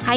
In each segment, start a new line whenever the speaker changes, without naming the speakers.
Hi,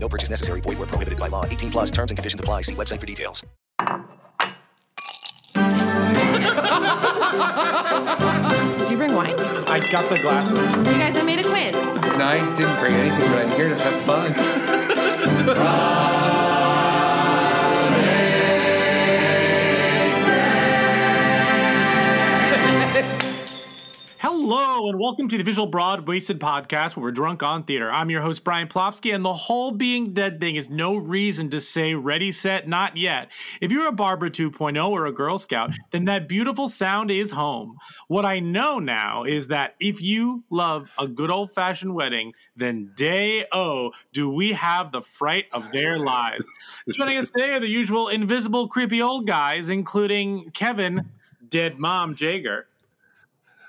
No purchase necessary. Void where prohibited by law. 18 plus terms and conditions apply. See website for details.
Did you bring wine? You
I got the glasses.
guys, I made a quiz.
And I didn't bring anything, but I'm here to have fun.
Hello, and welcome to the Visual Broad Wasted Podcast, where we're drunk on theater. I'm your host, Brian Plofsky, and the whole being dead thing is no reason to say ready, set, not yet. If you're a Barbara 2.0 or a Girl Scout, then that beautiful sound is home. What I know now is that if you love a good old fashioned wedding, then day O do we have the fright of their lives. Joining us today are the usual invisible, creepy old guys, including Kevin, Dead Mom Jager.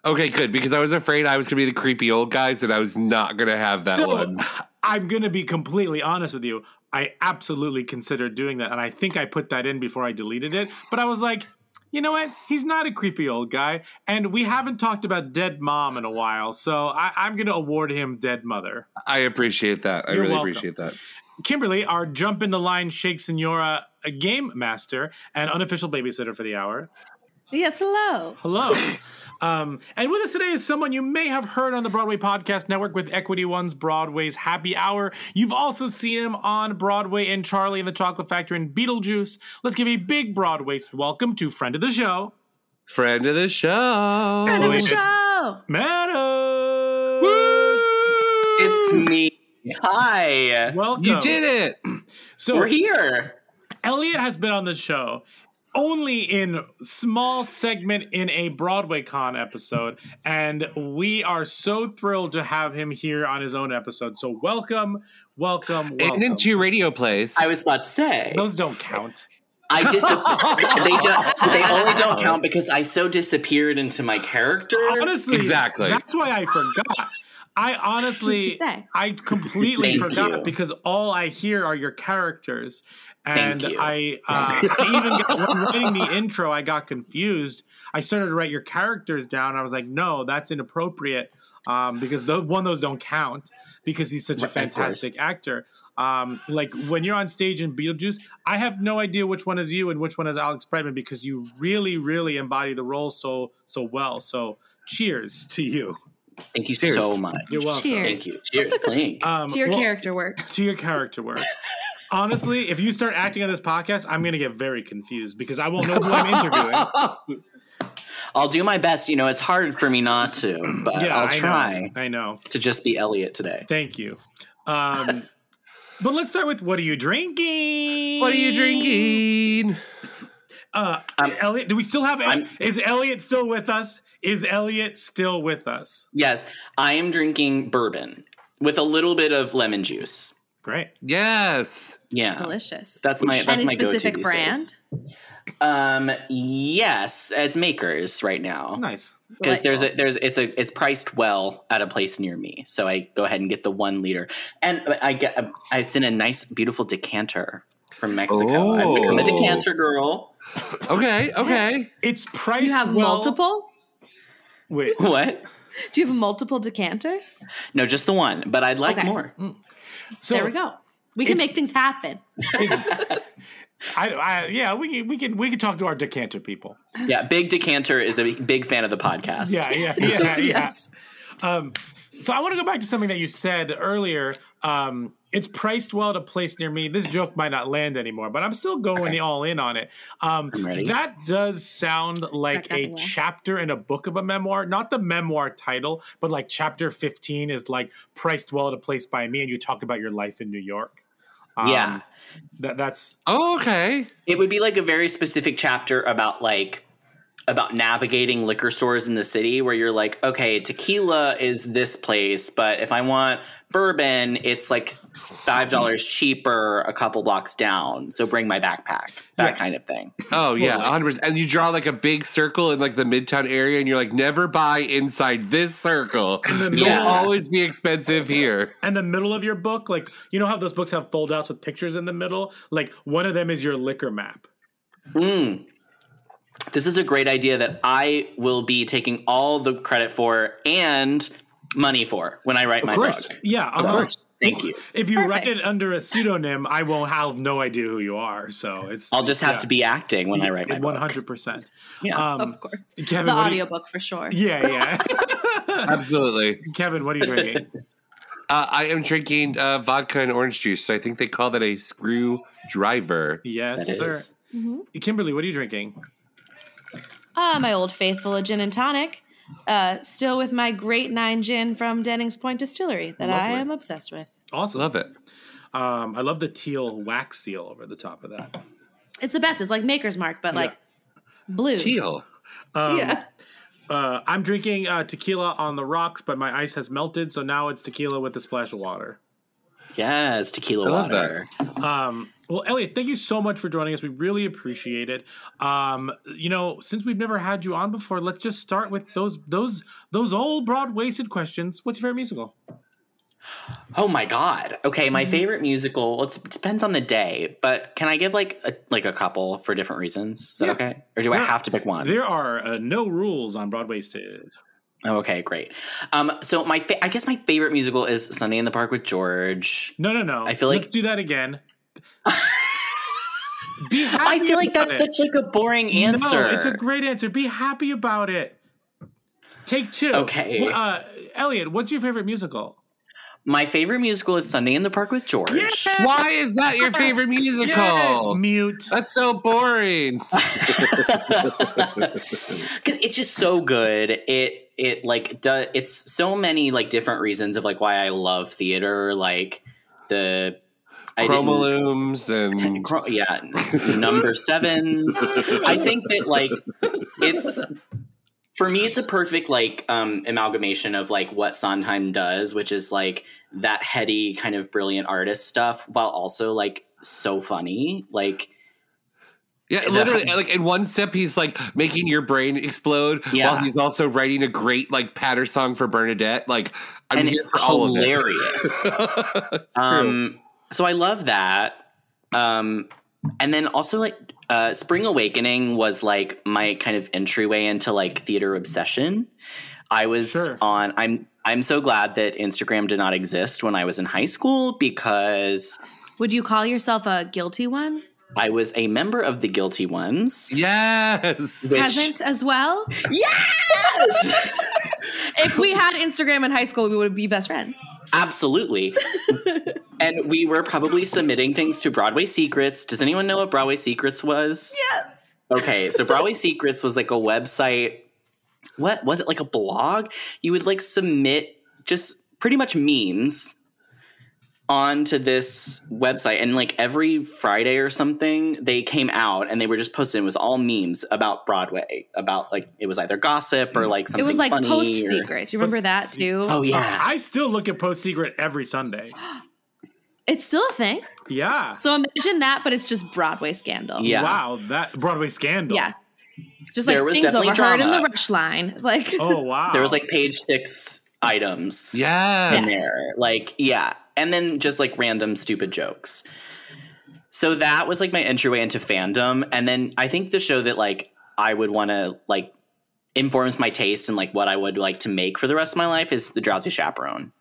Okay, good, because I was afraid I was going to be the creepy old guys and I was not going to have that
So,
one.
I'm going to be completely honest with you. I absolutely considered doing that. And I think I put that in before I deleted it. But I was like, you know what? He's not a creepy old guy. And we haven't talked about Dead Mom in a while. So I, I'm going to award him Dead Mother.
I appreciate that. I
You're
really
welcome.
appreciate that.
Kimberly, our jump in the line Shake Senora uh, game master and unofficial babysitter for the hour.
Yes, hello.
Hello. Um, and with us today is someone you may have heard on the Broadway Podcast Network with Equity One's Broadway's Happy Hour. You've also seen him on Broadway in Charlie and the Chocolate Factory and Beetlejuice. Let's give a big Broadway welcome to friend of the show,
Friend of the show.
Friend of the
Wait.
show.
Meadows.
It's me. Hi.
Welcome.
You did it.
So
We're here.
Elliot has been on the show only in small segment in a Broadway con episode and we are so thrilled to have him here on his own episode. So welcome, welcome,
And
welcome.
in two radio plays.
I was about to say.
Those don't count.
I disappeared. they, don't, they only don't count because I so disappeared into my character.
Honestly,
Exactly.
That's why I forgot. I
What'd you
honestly
um,
say?
I completely
Thank
forgot
you.
because all I hear are your characters. And
Thank you.
I, uh, I even got, when writing the intro, I got confused. I started to write your characters down. I was like, no, that's inappropriate um, because those, one, those don't count because he's such a
Right, of course.
fantastic actor. Um, like when you're on stage in Beetlejuice, I have no idea which one is you and which one is Alex Brightman because you really, really embody the role so so well. So cheers to you.
Thank you
Cheers.
so much.
You're welcome.
Cheers.
Thank you. Cheers, clink.
Um,
To your
well-
character work.
to your character work. Honestly, if you start acting on this podcast, I'm going to get very confused because I won't know who I'm interviewing.
I'll do my best. You know, it's hard for me not to, but
Yeah,
I'll
I know.
try
I know.
to just be Elliot today.
Thank you. Um, but let's start with what are you drinking?
What are you drinking?
Uh,
Um,
Elliot, do we still have?
I'm-
is Elliot still with us? Is Elliot still with us?
Yes, I am drinking bourbon with a little bit of lemon juice.
Great.
Yes.
Yeah.
Delicious.
That's my that's
Any
my go-to
specific
these
brand?
days. Um, yes, it's Makers right now.
Nice.
because there's
oh.
a there's it's a it's priced well at a place near me so i go ahead and get the one liter and i get um, it's in a nice beautiful decanter from mexico i've become a
Oh.
decanter girl
Okay, okay.
It's priced
You have
well-
multiple?
Wait.
what
Do you have multiple decanters?
no just the one but i'd like
Okay. Mm.
more
So
there we go. We can make things happen.
I, I, yeah, we can- we can we can talk to our decanter people.
yeah big decanter is a big fan of the podcast
Yeah, yeah, yeah, yeah. Um, so I want to go back to something that you said earlier. Um, it's priced well at a place near me. This joke might not land anymore, but I'm still going
Okay.
all in on it. Um,
I'm ready.
that does sound like
nothing
a
less.
chapter in a book of a memoir, not the memoir title, but like chapter 15 is like priced well at a place by me, and you talk about your life in New York. Um,
Yeah.
that, that's
Oh, okay.
it would be like a very specific chapter about like about navigating liquor stores in the city where you're like okay tequila is this place but if i want bourbon it's like five dollars cheaper a couple blocks down so bring my backpack that
Yes.
kind of thing
Oh yeah,
Totally.
100%. And you draw like a big circle in like the midtown area and you're like never buy inside this circle. It'll
middle-
always be expensive here.
and the middle of your book, like you know how those books have fold outs with pictures in the middle? Like one of them is your liquor map.
Mm. this is a great idea that i will be taking all the credit for and money for when i write my
course.
book
Yeah, of
So,
course.
thank you
If you write
Perfect.
it under a pseudonym, I will have no idea who you are. So it's
i'll just have
yeah.
to be acting when i write my
one
book
hundred percent.
Yeah.
Um,
of course.
Kevin,
the
what do you-
audiobook for sure.
Yeah, yeah.
Absolutely.
Kevin, what are you drinking?
Uh, I am drinking uh, vodka and orange juice, so I think they call that a screwdriver.
Yes,
That
sir.
is.
Kimberly, what are you drinking?
Ah, my old faithful, a gin and tonic. Uh, still with my great nine gin from Dennings Point Distillery that I
Lovely.
am obsessed with.
Awesome.
Love it.
Um, I love the teal wax seal over the top of that.
It's the best. It's like Maker's Mark, but like blue.
Teal.
Um,
Yeah.
uh, I'm drinking uh, tequila on the rocks, but my ice has melted, so now it's tequila with a splash of water.
yes tequila
I love that.
water
Um, well, Elliot, thank you so much for joining us. We really appreciate it. Um, you know, since we've never had you on before, let's just start with those those those old broad waisted questions. What's your favorite musical?
Oh my god. Okay, my
Mm-hmm.
favorite musical. Well, it's, it depends on the day, but can I give like a, like a couple for different reasons? Is that
Yeah.
okay? Or do I
Yeah.
have to pick one?
There are uh, no rules on broad waisted.
Oh, okay, great. Um, so my fa- I guess my favorite musical is Sunday in the Park with George.
No, no, no.
I feel like-
let's do that again. Be
I
happy
feel like
about
that's
it.
such like a boring answer.
No, it's a great answer. Be happy about it. Take two.
Okay.
Uh, Elliot, what's your favorite musical?
my favorite musical is Sunday in the Park with George.
Why is that your favorite musical?
Mute.
That's so boring.
because it's just so good it it like does it's so many like different reasons of like why i love theater like the I didn't-
Chromolooms and
Cro- yeah number sevens i think that like it's for me it's a perfect like um amalgamation of like what sondheim does which is like that heady kind of brilliant artist stuff while also like so funny like
yeah, literally like in one step he's like making your brain explode
Yeah.
while he's also writing a great like patter song for Bernadette. Like I'm
and
here for all of it.
hilarious
It's true.
um so i love that um and then also like uh spring awakening was like my kind of entryway into like theater obsession i was
Sure.
on i'm i'm so glad that instagram did not exist when i was in high school because
Would you call yourself a guilty one?
i was a member of the guilty ones
yes.
which
Present as well?
yes
If we had Instagram in high school, we would be best friends.
Absolutely. and we were probably submitting things to Broadway Secrets. Does anyone know what Broadway Secrets was? Yes. Okay, so Broadway Secrets was like a website. What was it like a blog? You would like submit just pretty much memes onto this website and like every Friday or something they came out and they were just posted it was all memes about Broadway about like it was either gossip or like
Mm. It
something Oh,
was like
funny
post
or-
secret. Do you remember that too?
Oh yeah.
I still look at Post Secret every Sunday.
It's still a thing.
Yeah.
So imagine that, but it's just Broadway scandal.
Wow, that Broadway scandal.
Yeah. Just like
There was
things
definitely
overheard in the
drama.
rush line. Like
Oh wow.
There was like page six items
Yeah.
in there. Like, yeah. And then just like random stupid jokes. So that was like my entryway into fandom. And then I think the show that like I would want to like informs my taste and like what I would like to make for the rest of my life is The Drowsy Chaperone.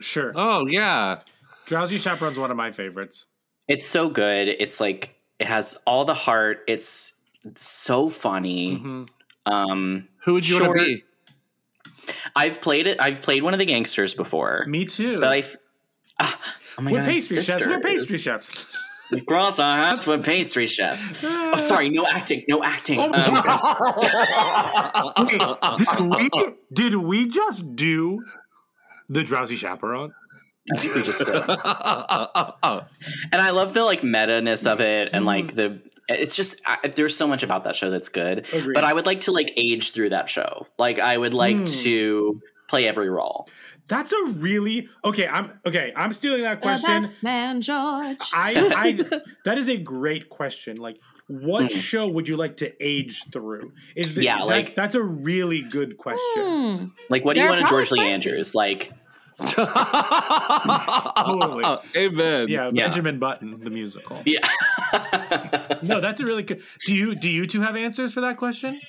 sure.
Oh yeah.
Drowsy Chaperone's one of my favorites.
It's so good. It's like it has all the heart. It's, it's so funny.
Mhm.
Um
Who would you want
Short-
to be?
I've played it. I've played one of the gangsters before.
Me too.
But I f- ah, oh my
we're
god,
pastry chefs. We're pastry
sisters.
chefs. Uh,
We cross our hearts with pastry chefs. Oh, sorry, no acting, no acting.
Oh,
Um,
Wait, did we did we just do the drowsy chaperone?
I think we just did.
oh.
and I love the like meta ness of it, and
Mm.
like the it's just I, there's so much about that show that's good.
Agreed.
But I would like to like age through that show. Like I would like
Mm.
to play every role.
That's a really okay. I'm okay. I'm stealing
Oh,
that question.
The best man, George.
I, I that is a great question. Like, what
Hmm.
show would you like to age through? Is the,
Yeah,
that-
like-
that's a really good question.
Hmm.
Like what do
They're
you want to George Lee
probably
Andrews? Like
Amen.
Yeah,
Uh, Yeah.
Benjamin Button, the musical.
yeah.
No, that's a really good. Do you do you two have answers for that question?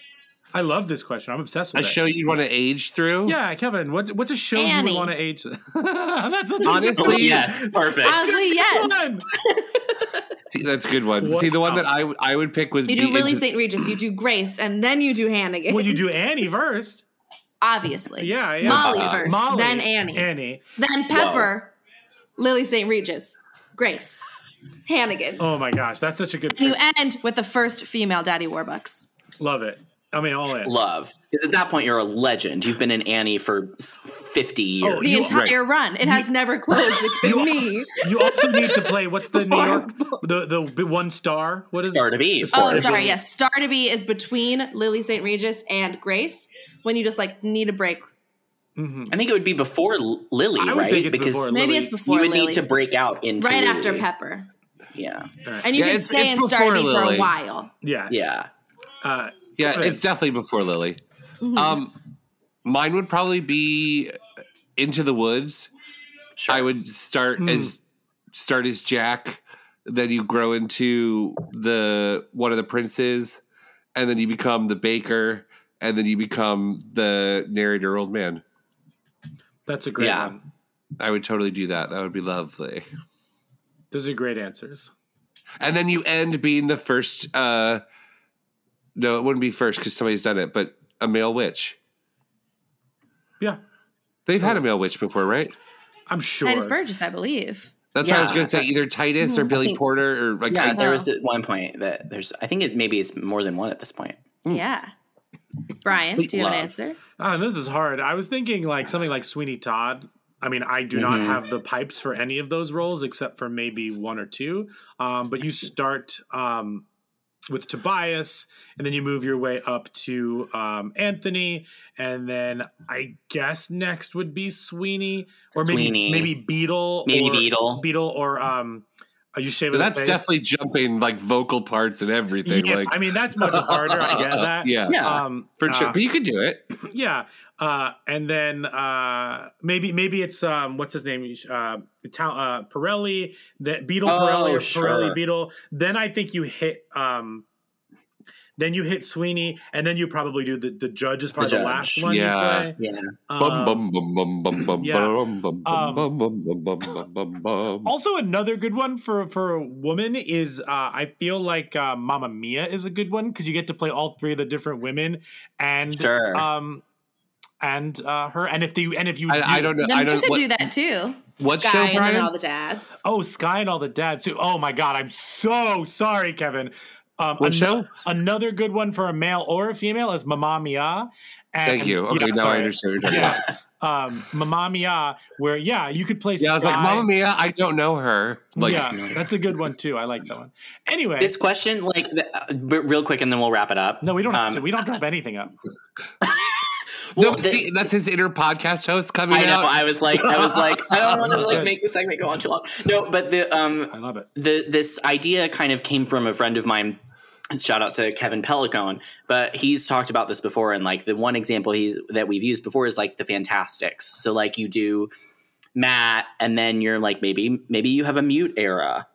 I love this question. I'm obsessed
A
with it.
show you'd want to age through?
Yeah, Kevin. What what's a show
Annie.
you want to age? that's such a
Honestly,
Oh, yes, perfect.
Honestly,
good
yes.
one.
See, that's a good one.
What-
See, the one that I would- I would pick was be
You do Lily
into-
St. Regis, you do Grace, and then you do Hannigan.
Well, you do Annie first.
Obviously.
Yeah, yeah.
Molly
Uh,
first,
Molly,
then Annie.
Annie.
Then Pepper, Lily St. Regis, Grace, Hannigan.
Oh my gosh, that's such a good.
And you end with the first female Daddy Warbucks.
Love it. I mean, all in.
love because at that point you're a legend you've been in annie for s- 50 years
Oh,
The
You-
entire run. It has never closed. It's been me. Oh,
You also need to play. What's the New York? The the b- one star. What is
star to be of
Oh,
course.
sorry. Yes. Star to be is between Lily St. Regis and Grace when you just like need a break.
Mhm.
i think it would be before L- lily
I would
right
think it's
because
before
Maybe
Lily.
it's
you
before
would
Lily.
need to break out into
right after Pepper.
yeah
And you
Yeah,
can
it's-
stay
it's
in Star to
before
be for a
Lily.
while.
Yeah.
yeah
Uh,
Yeah,
Right.
it's definitely before Lily. Um, mine would probably be Into the Woods.
sure
I would start
Hmm.
as start as Jack, then you grow into the one of the princes, and then you become the baker, and then you become the narrator old man.
that's a great
Yeah.
one.
I would totally do that. That would be lovely.
Those are great answers.
And then you end being the first. uh No, it wouldn't be first because somebody's done it, but a male witch.
Yeah,
They've
Oh.
had a male witch before, right?
I'm sure.
Titus Burgess, I believe.
That's what I was
Yeah.
going to say. Either Titus
Mm-hmm.
or Billy
think-
Porter or like
yeah
I-
there was at one point that there's i think it maybe it's more than one at this point
Yeah. Brian, do you have an
love.
answer?
Ah, this is hard. I was thinking like something like Sweeney Todd. I mean, I do not
Mm-hmm.
Mhm.
have the pipes for any of those roles except for maybe one or two. Um, but you start um, with Tobias, and then you move your way up to um, Anthony, and then I guess next would be Sweeney, or maybe
Sweeney.
maybe Beetle,
maybe
or,
beetle
Beetle, or um, are you shaving?
But that's
his face?
definitely jumping like vocal parts and everything.
Yeah,
like
I mean, that's much harder. I get that.
Yeah.
yeah
Um,
For sure.
uh,
But you could do it.
yeah uh and then uh maybe maybe it's um what's his name uh, Tal- uh Pirelli that Beetle
Oh,
Pirelli or
sure.
Pirelli Beetle then I think you hit um then you hit Sweeney and then you probably do the the judge is probably the,
judge,
last one
yeah.
you play
yeah
Um,
bum, bum, bum, bum, bum,
yeah.
bum, bum,
Um,
bum, bum, bum, bum, bum, bum, bum.
also another good one for for a woman is uh I feel like uh Mamma Mia is a good one cuz you get to play all three of the different women and
Sure.
um and uh her and if they and if you do,
I, I don't know. I
Then you
don't
could
what,
do that too.
What
Sky
show,
and then
Brian?
all the dads.
Oh, Sky and all the dads. too. Oh my God, I'm so sorry, Kevin. Um,
What
ano-
show?
Another good one for a male or a female is Mamma Mia. And,
Thank you. Okay,
yeah,
now I
sorry.
understand. What you're talking about.
Yeah, um, Mamma Mia, where yeah, you could play.
Yeah, I was like,
Sky.
Mamma Mia, I don't know her. Like,
yeah, that's a good one too. I like that one. Anyway,
this question like the, uh, but real quick and then we'll wrap it up
no, we don't have
um,
to. We don't drop anything up.
Well,
no,
the-
see, that's his inner podcast host coming
I know.
out.
I was like, I was like, I don't want to like make the segment go on too long. No, but the um,
I love it.
the this idea kind of came from a friend of mine. Shout out to Kevin Pellicone, but he's talked about this before, and like the one example he's that we've used before is like the Fantastics. So like you do Matt, and then you're like maybe maybe you have a mute era,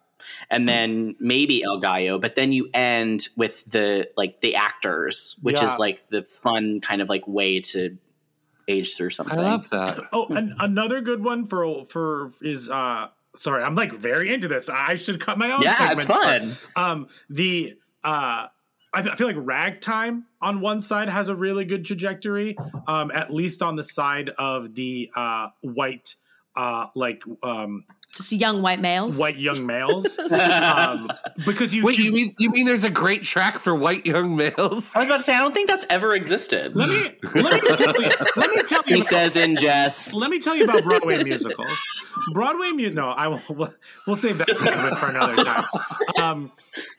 and then maybe El Gallo, but then you end with the like the actors, which
Yeah.
is like the fun kind of like way to age through
I
something.
love that.
Oh, an, another good one for for is uh sorry, I'm like very into this. I should cut my own.
yeah, it's
segment, but,
fun.
um, the uh, I, I feel like ragtime on one side has a really good trajectory, um, at least on the side of the uh, white, uh, like um,
Just young white males.
white young males, um, because you.
Wait,
you-
you mean you mean there's a great track for white young males?
I was about to say, I don't think that's ever existed.
let me let me tell you. Let me tell you.
he says in jest.
Let me tell you about Broadway musicals. Broadway music. No, I will. We'll save that segment for another time. Um,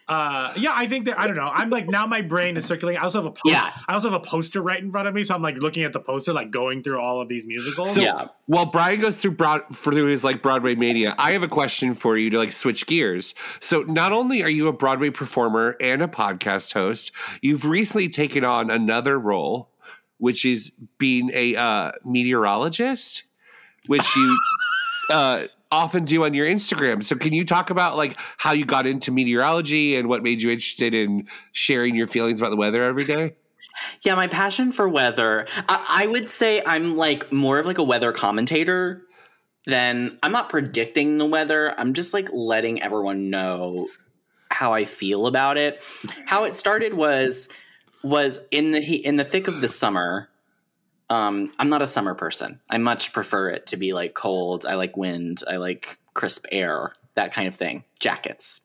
uh, yeah, I think that I don't know. I'm like now my brain is circulating. I also have a post,
Yeah.
I also have a poster right in front of me, so I'm like looking at the poster, like going through all of these musicals.
So
Yeah.
while Brian goes through broad through his like Broadway mania, I have a question for you to like switch gears. So not only are you a Broadway performer and a podcast host, you've recently taken on another role, which is being a uh, meteorologist, which you uh, often do on your Instagram. So can you talk about like how you got into meteorology and what made you interested in sharing your feelings about the weather every day?
yeah, my passion for weather. I, I would say I'm like more of like a weather commentator than I'm not predicting the weather. I'm just like letting everyone know how I feel about it. How it started was was in the heat, in the thick of the summer. Um, I'm not a summer person. I much prefer it to be like cold. I like wind. I like crisp air. That kind of thing. Jackets.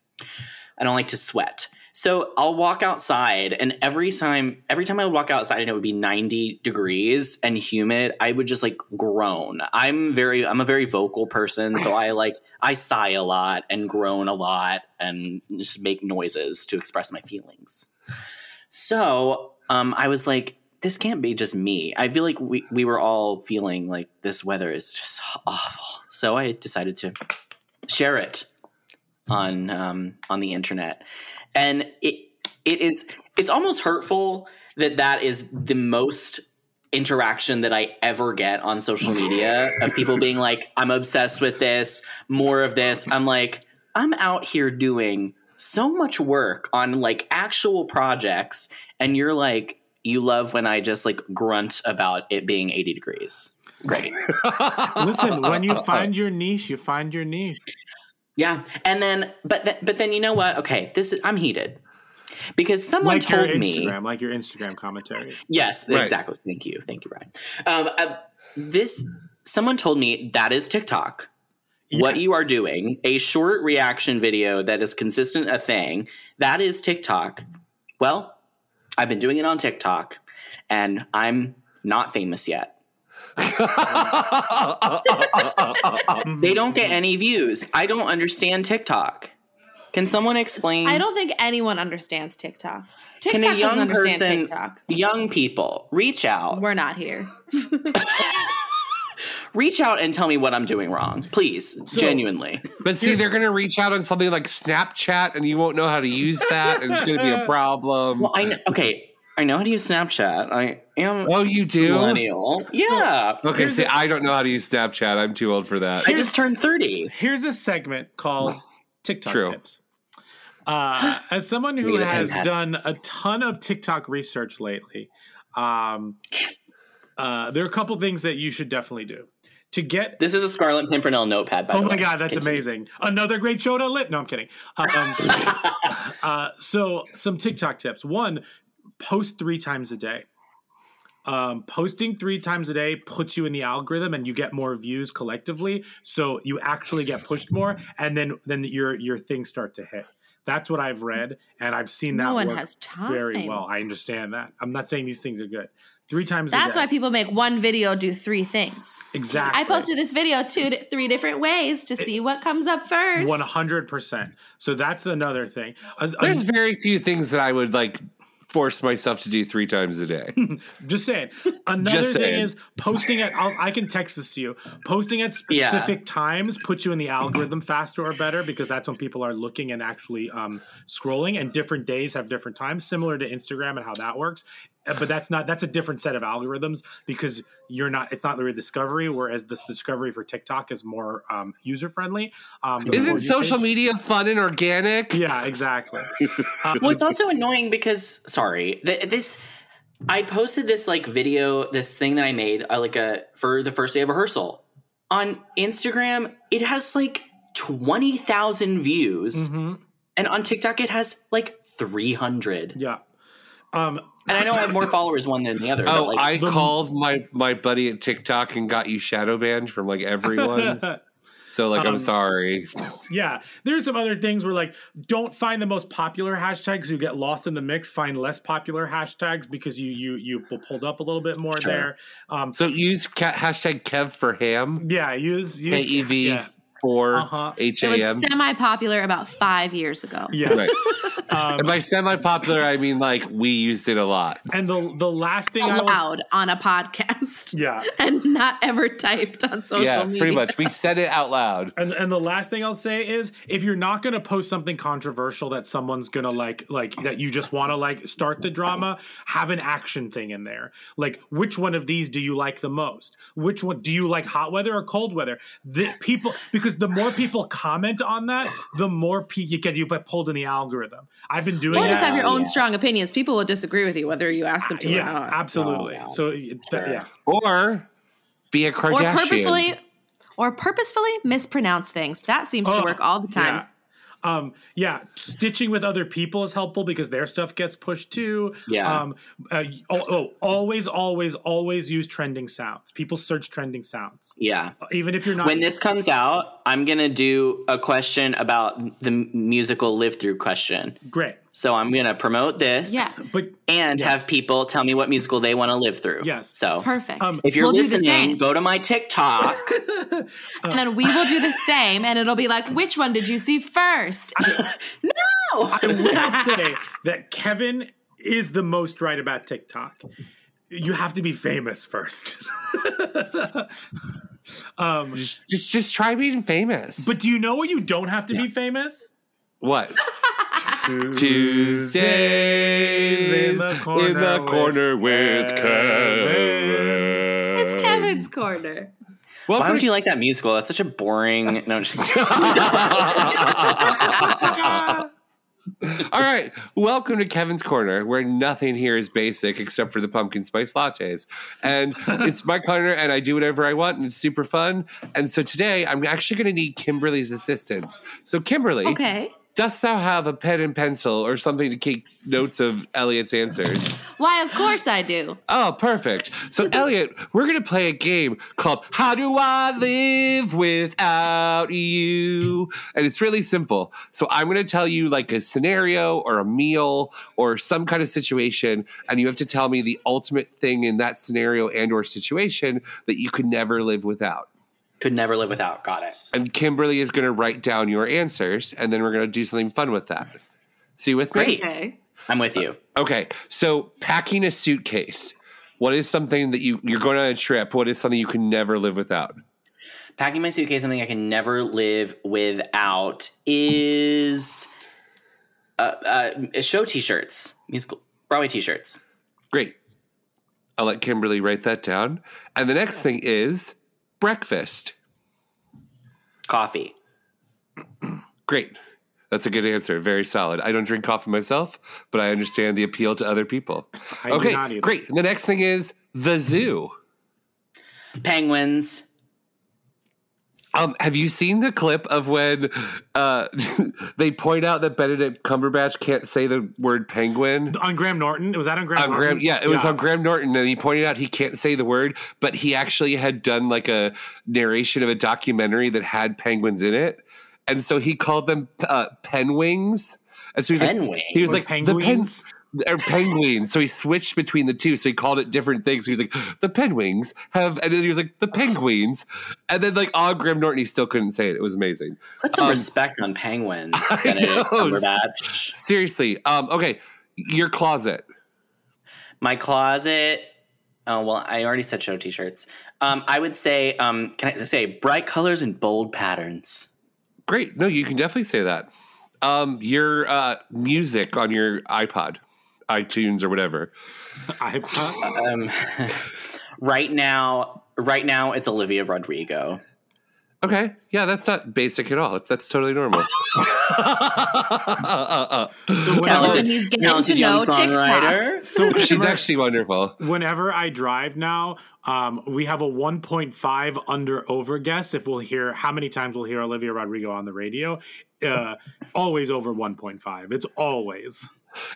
I don't like to sweat. So I'll walk outside, and every time, every time I would walk outside, and it would be ninety degrees and humid, I would just like groan. I'm very, I'm a very vocal person, so I like I sigh a lot and groan a lot and just make noises to express my feelings. So um, I was like, this can't be just me. I feel like we we were all feeling like this weather is just awful. So I decided to share it on um, on the internet, and it it is it's almost hurtful that that is the most interaction that I ever get on social media of people being like, "I'm obsessed with this, more of this." I'm like, I'm out here doing so much work on like actual projects, and you're like. You love when I just like grunt about it being 80 degrees. Great.
Listen, when you find your niche, you find your niche.
Yeah, and then but th- but then you know what? Okay, this is, I'm heated because someone
like
told
your Instagram,
me.
like your Instagram commentary.
Yes,
Right.
exactly. Thank you, thank you, Brian. Um, uh, this someone told me that is TikTok. What you are doing, a short reaction video that is consistent a thing that is TikTok. Well, I've been doing it on TikTok, and I'm not famous yet. They don't get any views. I don't understand TikTok. Can someone explain?
I don't think anyone understands TikTok.
Can
TikTok
a
doesn't
young
understand
person,
TikTok.
young people, reach out,
We're not here.
reach out and tell me what I'm doing wrong, please, genuinely.
But see, they're going to reach out on something like Snapchat, and you won't know how to use that, and it's going to be a problem.
Well, I know, okay, I know how to use Snapchat. I am
oh, you
a
do?
millennial. Yeah,
Okay, see, I don't know how to use Snapchat. I'm too old for that.
I just turned thirty.
Here's a segment called TikTok
True.
tips. Uh, as someone who
Need a pen
has
pal.
done a ton of TikTok research lately, um, uh, there are a couple things that you should definitely do to get
This is a Scarlet Pimpernel notepad. By
oh
the
my
way.
god that's
Continue.
amazing another great show to lit no i'm kidding um, uh, so some tiktok tips one post three times a day um, posting three times a day puts you in the algorithm and you get more views collectively so you actually get pushed more and then then your your things start to hit that's what i've read and i've seen that
No one
work
has time.
very well i understand that i'm not saying these things are good three times
That's
a
why
day
people make one video do three things.
exactly
I posted this video two, to three different ways to see what comes up first.
100% so that's another thing A- a-
There's very few things that I would like force myself to do three times a day.
Just saying. Another
Just
thing
saying.
is posting at. I'll, I can text this to you. Posting at
Yeah.
specific times puts you in the algorithm faster or better because that's when people are looking and actually um, scrolling. And different days have different times, similar to Instagram and how that works. Uh, But that's not. That's a different set of algorithms because you're not. It's not the discovery. Whereas this discovery for TikTok is more um, user friendly. Um, the For You
Isn't social
page-
media fun and organic?
Yeah, exactly.
well, it's also annoying because sorry, th- this I posted this like video, this thing that I made uh, like a for the first day of rehearsal on Instagram. It has like twenty thousand
Mm-hmm.
views, and on TikTok it has like three hundred.
Yeah, um,
and I know I have more followers one than the other.
Oh,
but, like,
I called my my buddy at TikTok and got you shadow banned from like everyone. so like,
Um,
I'm sorry.
Yeah, there's some other things where like don't find the most popular hashtags. You get lost in the mix. Find less popular hashtags because you you you pu- pulled up a little bit more
Sure.
there. Um,
So use ca- hashtag Kev for ham.
yeah, use use
K E V
Uh-huh.
for H
It
A
was
M.
semi popular about five years ago.
yeah.
Right.
Um,
and by semi-popular, I mean like we used it a lot.
and the the last thing I was
Allowed on a podcast
yeah.
and not ever typed on social
yeah,
media.
pretty much. We said it out loud.
And, and the last thing I'll say is if you're not going to post something controversial that someone's going to like like that you just want to like start the drama, have an action thing in there. Like which one of these do you like the most? Which one do you like hot weather or cold weather? The people because the more people comment on that, the more pe- you get you get pulled in the algorithm. I've been doing
Or
that.
just have your own
Yeah.
strong opinions. People will disagree with you whether you ask them to
yeah,
or not.
absolutely.
Oh, wow.
So it- that-
Sure.
yeah.
Or be a
or
Kardashian.
purposefully or purposefully mispronounce things. That seems to
Oh,
work all the time.
Yeah. Um, yeah, stitching with other people is helpful because their stuff gets pushed too.
Yeah.
Um, uh, y- oh, oh, always, always, always use trending sounds. People search trending sounds,
yeah.
even if you're not.
When this comes out, I'm gonna do a question about the m- musical live through question.
great,
So I'm gonna promote this.
Yeah.
but
and have people tell me what musical they want to live through.
Yes.
So
Perfect.
Um,
if you're
We'll do the
listening,
same.
go to my TikTok.
uh,
and then we will do the same and it'll be like, which one did you see first?
I will say that Kevin is the most right about TikTok. You have to be famous first. um,
just just try being famous.
but do you know what you don't have to be famous?
what? Tuesdays in the corner,
with
with, Kevin.
it's Kevin's corner.
Well,
Why would you like that musical? That's such a boring. No, I'm just
All right. Welcome to Kevin's Corner, where nothing here is basic except for the pumpkin spice lattes. And it's my corner, and I do whatever I want, and it's super fun. And so today, I'm actually going to need Kimberly's assistance. So, Kimberly,
Okay.
dost thou have a pen and pencil or something to keep notes of Elliot's answers?
Why, of course I do.
Oh, perfect. So, Elliot, we're going to play a game called How Do I Live Without You? And it's really simple. So, I'm going to tell you like a scenario or a meal or some kind of situation, and you have to tell me the ultimate thing in that scenario and or situation that you could never live without.
could never live without. Got it.
And Kimberly is going to write down your answers, and then we're going to do something fun with that. See you with me?
Great.
Okay.
I'm with you.
Okay, so packing a suitcase. What is something that you you're going on a trip? What is something you can never live without?
Packing my suitcase, something I can never live without is uh, uh, show t-shirts, musical Broadway t-shirts.
Great. I'll let Kimberly write that down. And the next thing is breakfast.
Coffee.
Great. That's a good answer. Very solid. I don't drink coffee myself, but I understand the appeal to other people.
I do
okay,
not either.
great. The next thing is the zoo.
Penguins.
Um, have you seen the clip of when uh, they point out that Benedict Cumberbatch can't say the word penguin?
on Graham Norton. Was that on Graham?
on
Norton?
Graham, yeah, it was on Graham Norton, and he pointed out he can't say the word, but he actually had done like a narration of a documentary that had penguins in it, and so he called them uh, penwings. And so he's like,
Penwings?
he was
Or
like
penguins?
the pen, or penguins. so he switched between the two. So he called it different things. He was like, the penwings have, and then he was like, the penguins, and then like on Graham Norton, he still couldn't say it. It was amazing.
Put some
Um,
respect on penguins. Benedict
know.
Cumberbatch.
Seriously, um, okay, your closet.
My closet. Oh well, I already said show t-shirts. Um, I would say, um, can I say bright colors and bold patterns?
Great. No, you can definitely say that. Um, your uh, music on your iPod, iTunes, or whatever.
iPod.
Um, right now, right now it's Olivia Rodrigo.
Okay. Yeah, that's not basic at all. That's totally normal.
So whenever,
Talented.
he's getting
Talented
to know
young
TikTok.
songwriter.
so
She's
whenever-
actually wonderful.
whenever I drive now, um, we have a 1.5 under over guess if we'll hear how many times we'll hear Olivia Rodrigo on the radio. Uh, always over 1.5. It's always.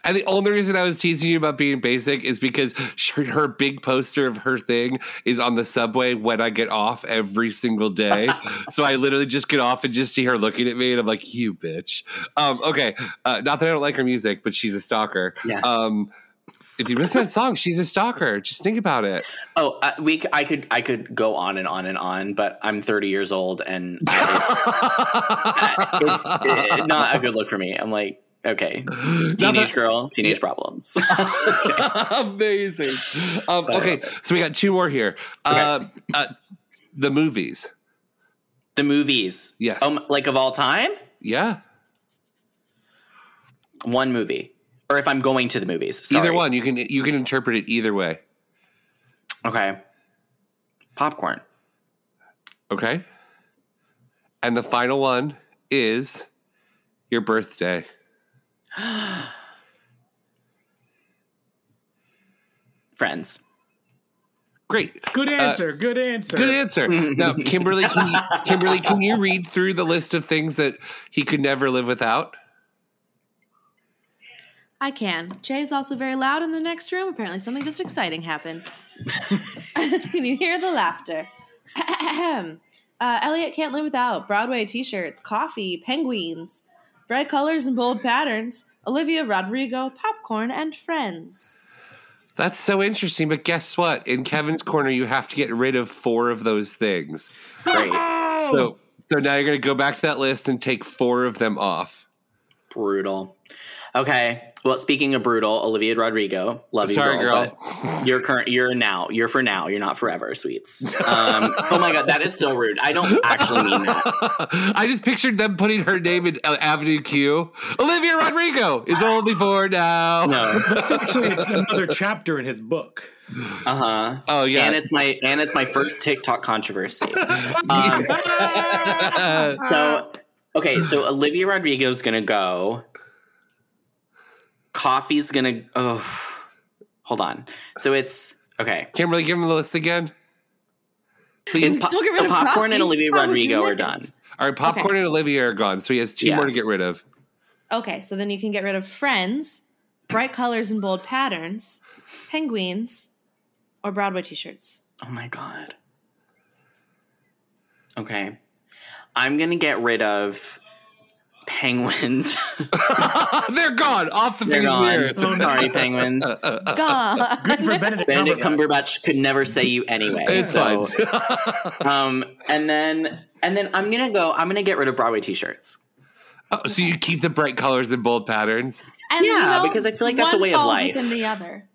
And the only reason I was teasing you about being basic is because sh- her big poster of her thing is on the subway when I get off every single day. so I literally just get off and just see her looking at me, and I'm like, "You bitch." Um, okay, uh, not that I don't like her music, but she's a stalker.
Yeah.
Um, if you miss that song, she's a stalker. Just think about it.
Oh, uh, we. c- I could. I could go on and on and on, but I'm 30 years old, and it's, it's uh, not a good look for me. I'm like, okay, teenage girl, teenage problems.
Amazing. Um,
But I
okay, so we got two more here. Uh, uh, the movies.
the movies,
Yes.
um, like of all time,
Yeah.
one movie, or if I'm going to the movies, sorry.
Either one. You can you can interpret it either way.
Okay, popcorn,
Okay. And the final one is your birthday.
friends.
Great.
Good answer. good answer.
Uh, Good answer. Now, Kimberly, can you, Kimberly, can you read through the list of things that he could never live without?
I can. Jay is also very loud in the next room. Apparently, something just exciting happened. can you hear the laughter? Ahem. uh, Elliot can't live without Broadway t shirts, coffee, penguins, bright colors and bold patterns, Olivia Rodrigo, popcorn, and friends.
That's so interesting. But guess what? In Kevin's corner, you have to get rid of four of those things.
Great,
So, so now you're going to go back to that list and take four of them off.
brutal. Okay. Well, speaking of brutal, Olivia Rodrigo, love you,
Sorry,
girl.
girl.
but You're current. You're now. You're for now. You're not forever, sweets. Um, oh my god, that is so rude. I don't actually mean that.
I just pictured them putting her name in uh, Avenue Q. Olivia Rodrigo is only four now.
No.
Actually, it's another chapter in his book.
Uh huh.
Oh yeah.
And it's my and it's my first TikTok controversy. Um,
Yeah.
so okay, so Olivia Rodrigo's gonna go. Coffee's gonna. Oh, hold on. So it's okay.
Kimberly, give him the list again.
It's
Please.
po-
Don't get rid
so
of
popcorn
coffee.
and Olivia
How would you
Rodrigo are
live?
done.
All right, popcorn and Olivia are gone, so he has two
Yeah.
more to get rid of.
Okay, so then you can get rid of friends, bright colors and bold patterns, penguins, or Broadway t shirts.
Oh my god. Okay, I'm gonna get rid of penguins.
They're gone off the
They're
face of the
gone.
earth.
Sorry, penguins.
God.
Good for Benedict.
Benedict Cumberbatch could never say you anyway.
It's
so,
fine.
um, and then and then I'm gonna go. I'm gonna get rid of Broadway T-shirts.
Oh, so you keep the bright colors and bold patterns.
And
Yeah,
you know,
because I feel like that's a
one
way of
falls
life.
Within the other.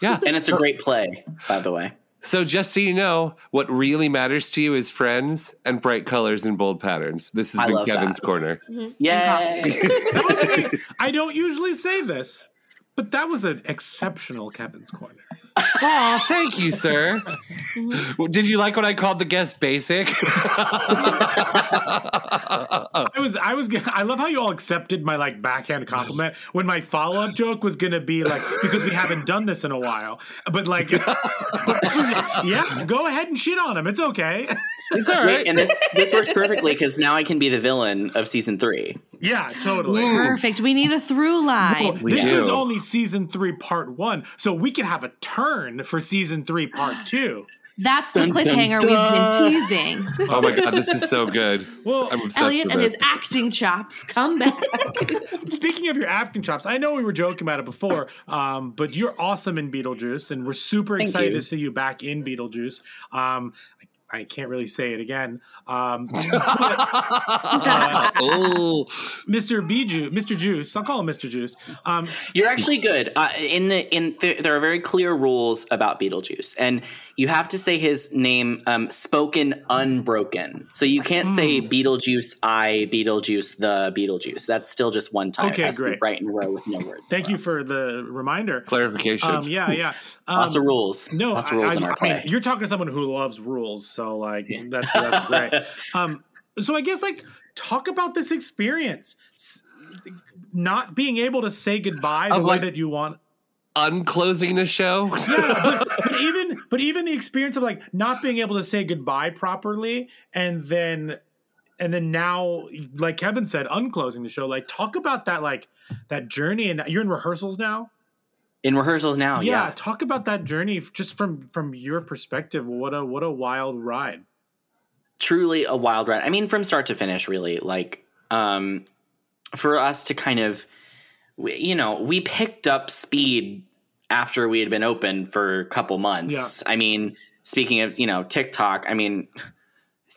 Yeah.
And it's a great play, by the way.
So just so you know, what really matters to you is friends and bright colors and bold patterns. This has
I
been
love
Kevin's
that.
corner.
Yay!
I don't usually say this, but that was an exceptional Kevin's Corner.
Oh, thank you, sir. Well, Did you like what I called the guest basic?
I was, I was, gonna- I love how you all accepted my like backhand compliment when my follow up joke was gonna be like, because we haven't done this in a while, but like, yeah, go ahead and shit on him. It's okay.
it's all
Wait,
right.
and this this works perfectly because now I can be the villain of season three.
Yeah, totally.
Perfect. We need a through
Well,
line.
Oh, this is
do.
only season three, part one, so we can have a turn for season three, part two.
That's the
Dun, dun,
cliffhanger
dun.
we've been teasing.
oh my god, this is so good.
Well,
I'm obsessed
Elliot
with
and
this.
his acting chops come back.
Speaking of your acting chops, I know we were joking about it before, um, but you're awesome in Beetlejuice, and we're super
Thank
excited
you.
to see you back in Beetlejuice. Um, I- I can't really say it again. Um,
oh,
Mr. Biju, Mr. Juice, I'll call him Mr. Juice. Um,
You're actually good. Uh, in the in the, there are very clear rules about Beetlejuice, and you have to say his name um, spoken unbroken. So you can't say Beetlejuice I Beetlejuice the Beetlejuice. That's still just one time. It
Okay,
has to be
great.
right in a row with no words.
thank you for the reminder.
clarification.
Um, yeah, yeah. Um,
Lots of rules.
No,
lots
I-
of rules
I,
in our
I
play.
mean, you're talking to someone who loves rules, so like that's that's great. Um, so I guess like talk about this experience, S- not being able to say goodbye the
Of, like-
way that you want.
Unclosing the show.
Yeah, but, but even but even the experience of like not being able to say goodbye properly, and then and then now, like Kevin said, unclosing the show. Like talk about that like that journey, and you're in rehearsals now.
in rehearsals
Oh,
now,
yeah,
yeah.
talk about that journey f- just from from your perspective. What a what a wild ride.
truly a wild ride. I mean, from start to finish, really. Like, um, for us to kind of, we, you know, we picked up speed after we had been open for a couple months. I mean, speaking of, you know, TikTok, I mean,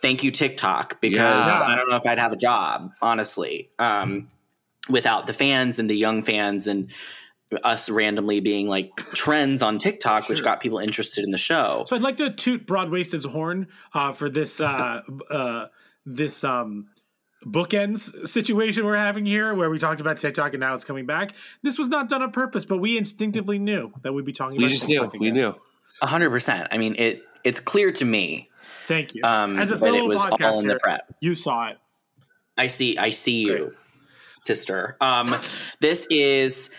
thank you, TikTok, because
Yeah.
I don't know if I'd have a job, honestly, um, without the fans and the young fans and us randomly being like trends on TikTok, which got people interested in the show.
So I'd like to toot Broadwasted's horn uh, for this uh, uh, this um, bookends situation we're having here, where we talked about TikTok and now it's coming back. This was not done on purpose, but we instinctively knew that we'd be talking.
We
about
just knew.
TikTok
We
again.
knew.
A hundred percent. I mean, it it's clear to me
Thank you.
um,
As a
that
fellow
it was all in the
podcaster,
prep.
you saw it.
I see. I see you, sister. Um, this is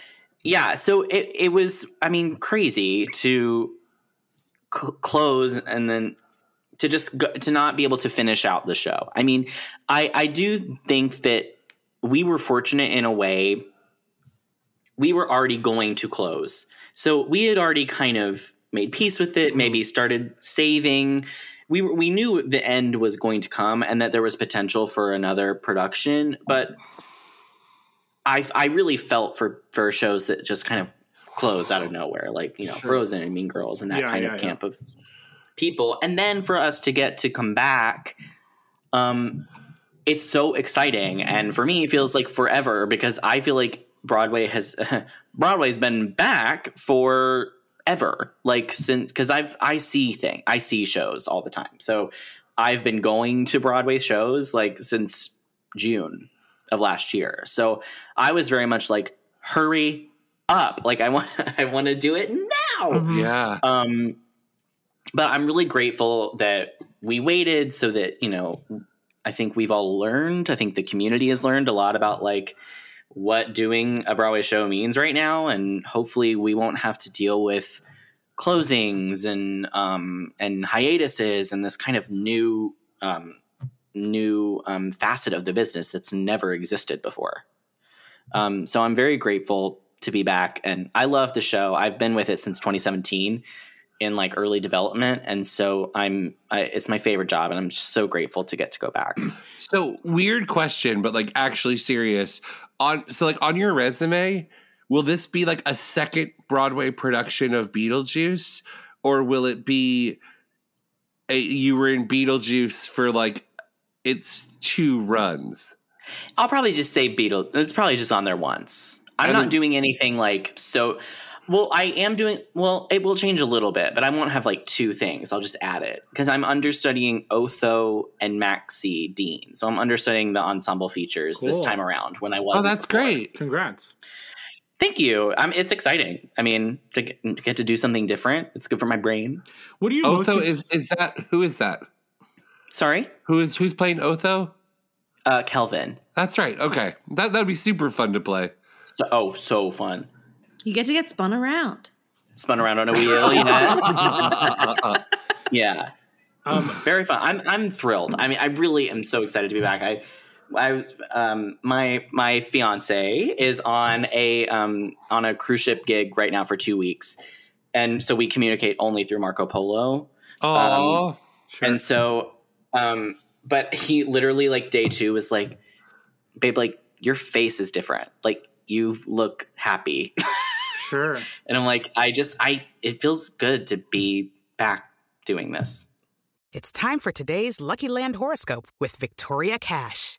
yeah. So it it was. I mean, crazy to cl- close and then to just go, to not be able to finish out the show. I mean, I I do think that we were fortunate in a way. We were already going to close, so we had already kind of made peace with it. Maybe started saving we were, we knew the end was going to come and that there was potential for another production, but I I really felt for for shows that just kind of close out of nowhere, like you know Frozen and Mean Girls and that
Yeah,
kind
yeah,
of
yeah.
camp of people, and then for us to get to come back, um, it's so exciting, and for me it feels like forever because I feel like Broadway has Broadway's been back for ever like since because i've i see thing i see shows all the time so i've been going to broadway shows like since june of last year so i was very much like hurry up like i want i want to do it now
Mm-hmm.
Yeah.
um, but I'm really grateful that we waited so that, you know, I think we've all learned. I think the community has learned a lot about like what doing a Broadway show means right now. And hopefully we won't have to deal with closings and um and hiatuses and this kind of new um new um facet of the business that's never existed before. Um, so I'm very grateful to be back, and I love the show. I've been with it since 2017 in like early development, and so I'm I, it's my favorite job, and I'm just so grateful to get to go back.
So weird question, but like actually serious. On so like on your resume, will this be like a second Broadway production of Beetlejuice, or will it be a, you were in Beetlejuice for like its two runs?
I'll probably just say Beetle. It's probably just on there once. I'm
I
not
mean-
doing anything like so. Well, I am doing well. It will change a little bit, but I won't have like two things. I'll just add it because I'm understudying Otho and Maxie Dean, so I'm understudying the ensemble features this
Cool.
time around when I was.
Oh, that's great.
Congrats.
Thank you. Um, it's exciting. I mean, to get, to get to do something different, it's good for my brain.
What do you most
Otho
ex-
is is that who is that?
Sorry,
Who is who's playing Otho?
uh, Kelvin.
That's right. Okay, that that'd be super fun to play.
So, oh, so fun.
You get to get spun around.
Spun around on a wheel. Yes. yeah.
Um,
Very fun. I'm I'm thrilled. I mean, I really am so excited to be back. I I was- um my my fiance is on a um on a cruise ship gig right now for two weeks, and so we communicate only through Marco Polo.
Oh,
sure.
And so, um, but he literally like day two was like, babe, like your face is different. Like you look happy.
sure.
and I'm like, I just, I, it feels good to be back doing this.
It's time for today's Lucky Land horoscope with Victoria Cash.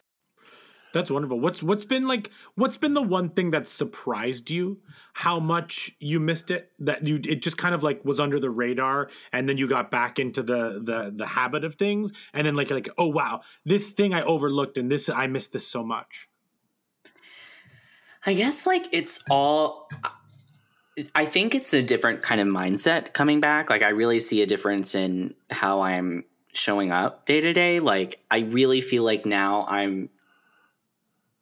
That's wonderful. What's what's been like what's been the one thing that surprised you? How much you missed it that you it just kind of like was under the radar and then you got back into the the the habit of things and then like like oh wow, this thing I overlooked and this I missed this so much.
I guess like it's all I think it's a different kind of mindset coming back. Like I really see a difference in how I'm showing up day to day. Like I really feel like now I'm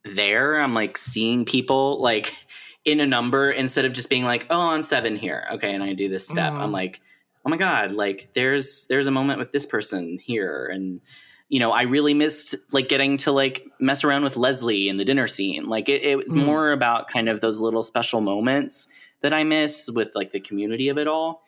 there. I'm like seeing people like in a number instead of just being like, oh, on seven here. Okay, and I do this step.
Mhm.
I'm like, oh my God, like there's there's a moment with this person here. And you know, I really missed like getting to like mess around with Leslie in the dinner scene. Like it, it was
Mhm.
more about kind of those little special moments that I miss with like the community of it all.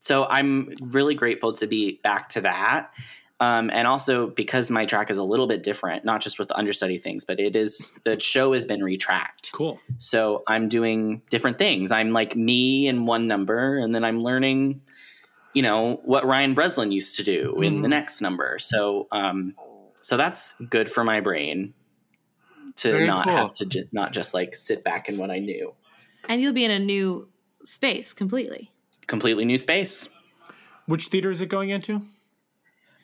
So I'm really grateful to be back to that. Um, and also because my track is a little bit different, not just with the understudy things, but it is the show has been retracked.
Cool.
So I'm doing different things. I'm like me in one number, and then I'm learning, you know, what Ryan Breslin used to do in
Mm-hmm.
the next number. So, um, so that's good for my brain to
Very
not
cool.
have to ju- not just like sit back in what I knew.
And you'll be in a new space completely.
Completely new space.
Which theater is it going into?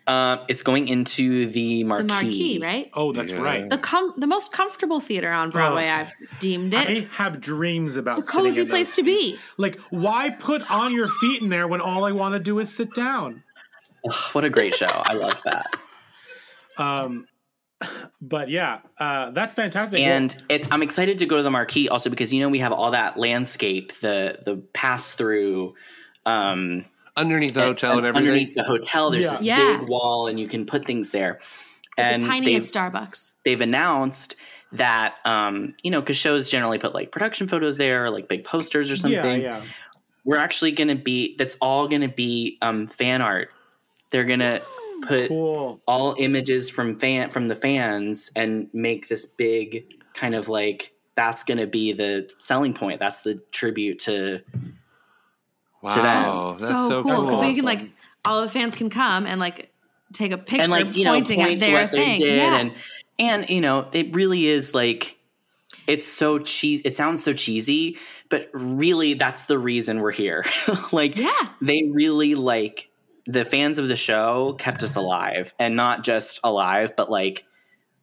Uh, it's going into the marquee.
The marquee, right?
Oh, that's right.
The com- the most comfortable theater on Broadway,
Oh.
I've deemed it.
I have dreams about
It's a
sitting in
cozy
those
place to
seats. Like, why put on your feet in there when all I want to do is sit down?
What a great show! I love that.
Um, but yeah, uh, that's fantastic.
And it's I'm excited to go to the marquee also because you know we have all that landscape, the the pass through, um,
underneath the hotel and everything.
Underneath the hotel, there's
Yeah.
this
Yeah.
big wall, and you can put things there.
Like
and
the
they've,
tiniest Starbucks.
they've announced that um, you know because shows generally put like production photos there, or, like big posters or something.
yeah.
We're actually going to be that's all going to be um, fan art. They're going to put all images from fan from the fans and make this big kind of like that's going to be the selling point. That's the tribute to.
Wow,
to that.
that's
so, Oh, cool. So you can like all the fans can come and like take a picture
and like you know
pointing
point
at
to
their
what
thing.
they did
yeah.
and and you know it really is like it's so cheesy it sounds so cheesy but really that's the reason we're here like
yeah
they really like the fans of the show kept us alive and not just alive but like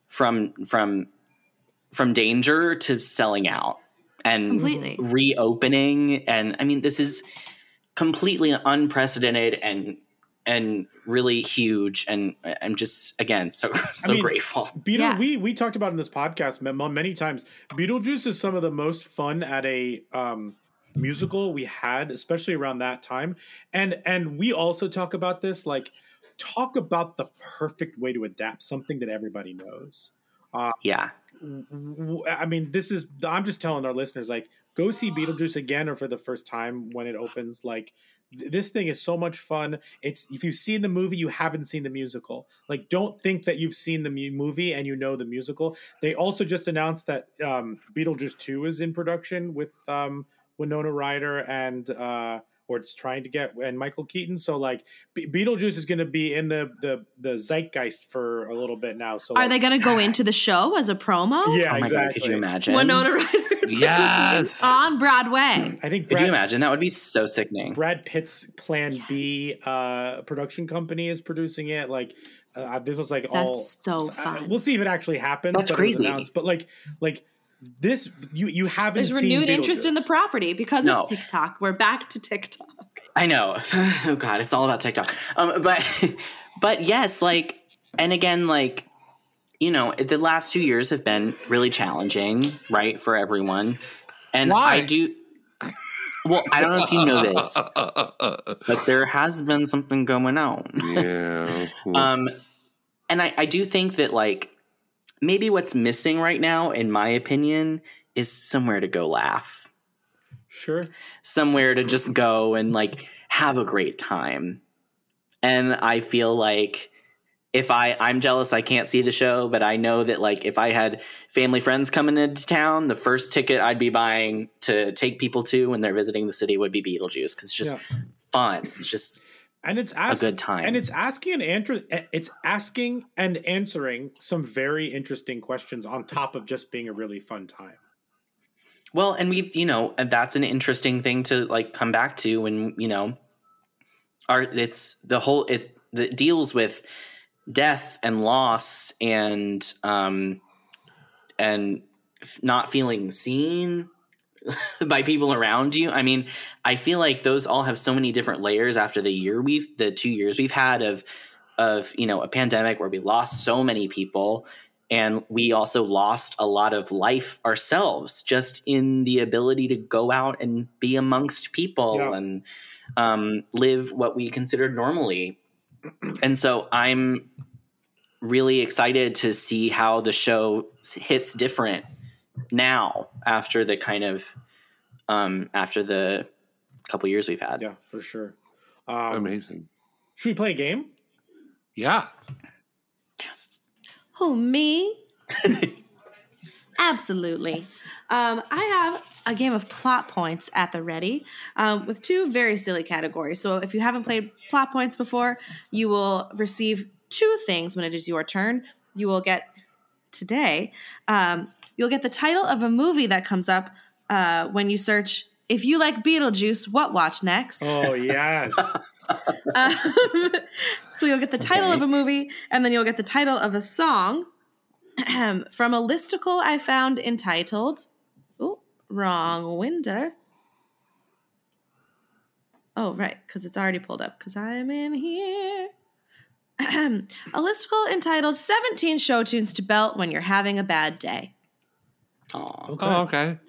from from from danger to selling out and
Completely.
reopening and i mean this is completely unprecedented and and really huge and I- i'm just again so so
mean,
grateful
Beetle, we we talked about in this podcast ma- ma- many times. Beetlejuice is some of the most fun at a um, musical we had, especially around that time. And and we also talk about this, like talk about the perfect way to adapt something that everybody knows. Uh,
yeah.
w- w- I mean, this is. I'm just telling our listeners, like, go see Beetlejuice again or for the first time when it opens. Like, th- this thing is so much fun. It's if you've seen the movie, you haven't seen the musical. Like, don't think that you've seen the mu- movie and you know the musical. They also just announced that um, Beetlejuice Two is in production with um, Winona Ryder and. Uh, or it's trying to get and Michael Keaton. So like Be- Beetlejuice is going to be in the, the the zeitgeist for a little bit now. So
Are they going to go into the show as a promo?
Yeah, Oh my God, could exactly. you
imagine?
Winona Ryder
yes
on Broadway.
I think
could you
Brad-
imagine that would be so sickening
Brad Pitt's Plan B uh, production company is producing it. Like Uh, this was like
That's
all
so
I-
fun.
we'll see if it actually happens.
That's
but it was
crazy.
announced. But like, like this, you you
There's
haven't seen
renewed interest in the property because
No.
of TikTok. We're back to TikTok.
I know. Oh god, it's all about TikTok. Um, but but yes, like and again, like you know, the last two years have been really challenging, right, for everyone. And I do. Well, I don't know if you know this,
Uh,
but there has been something going on.
Yeah.
um, and I, I do think that like maybe what's missing right now, in my opinion, is somewhere to go laugh
Sure.
somewhere to just go and like have a great time. And I feel like if I I'm jealous I can't see the show, but I know that like if I had family friends coming into town, the first ticket I'd be buying to take people to when they're visiting the city would be Beetlejuice cuz it's just
Yeah.
fun. It's just
and it's ask-
a good time.
and it's asking and answer, it's asking and answering some very interesting questions on top of just being a really fun time.
Well, and we've, you know, and that's an interesting thing to like come back to when, you know, our it's the whole it that deals with death and loss and um and f- not feeling seen by people around you. I mean, I feel like those all have so many different layers after the year we've the two years we've had of of, you know, a pandemic where we lost so many people and we also lost a lot of life ourselves just in the ability to go out and be amongst people
Yeah.
and um, live what we considered normally and so i'm really excited to see how the show s- hits different now after the kind of um, after the couple years we've had
yeah for sure um,
amazing
Should we play a game?
Yeah.
Who Oh, me? Absolutely. Um, I have a game of plot points at the ready um, with two very silly categories. So if you haven't played plot points before, you will receive two things when it is your turn. You will get today. Um, you'll get the title of a movie that comes up uh, when you search. If you like Beetlejuice, what watch next?
Oh yes.
Um, so you'll get the title
Okay.
of a movie, and then you'll get the title of a song from a listicle I found entitled "Oh, Wrong Window." Oh, right, because it's already pulled up. Because I'm in here. a listicle entitled "17 Show Tunes to Belt When You're Having a Bad Day."
Okay. Oh, okay.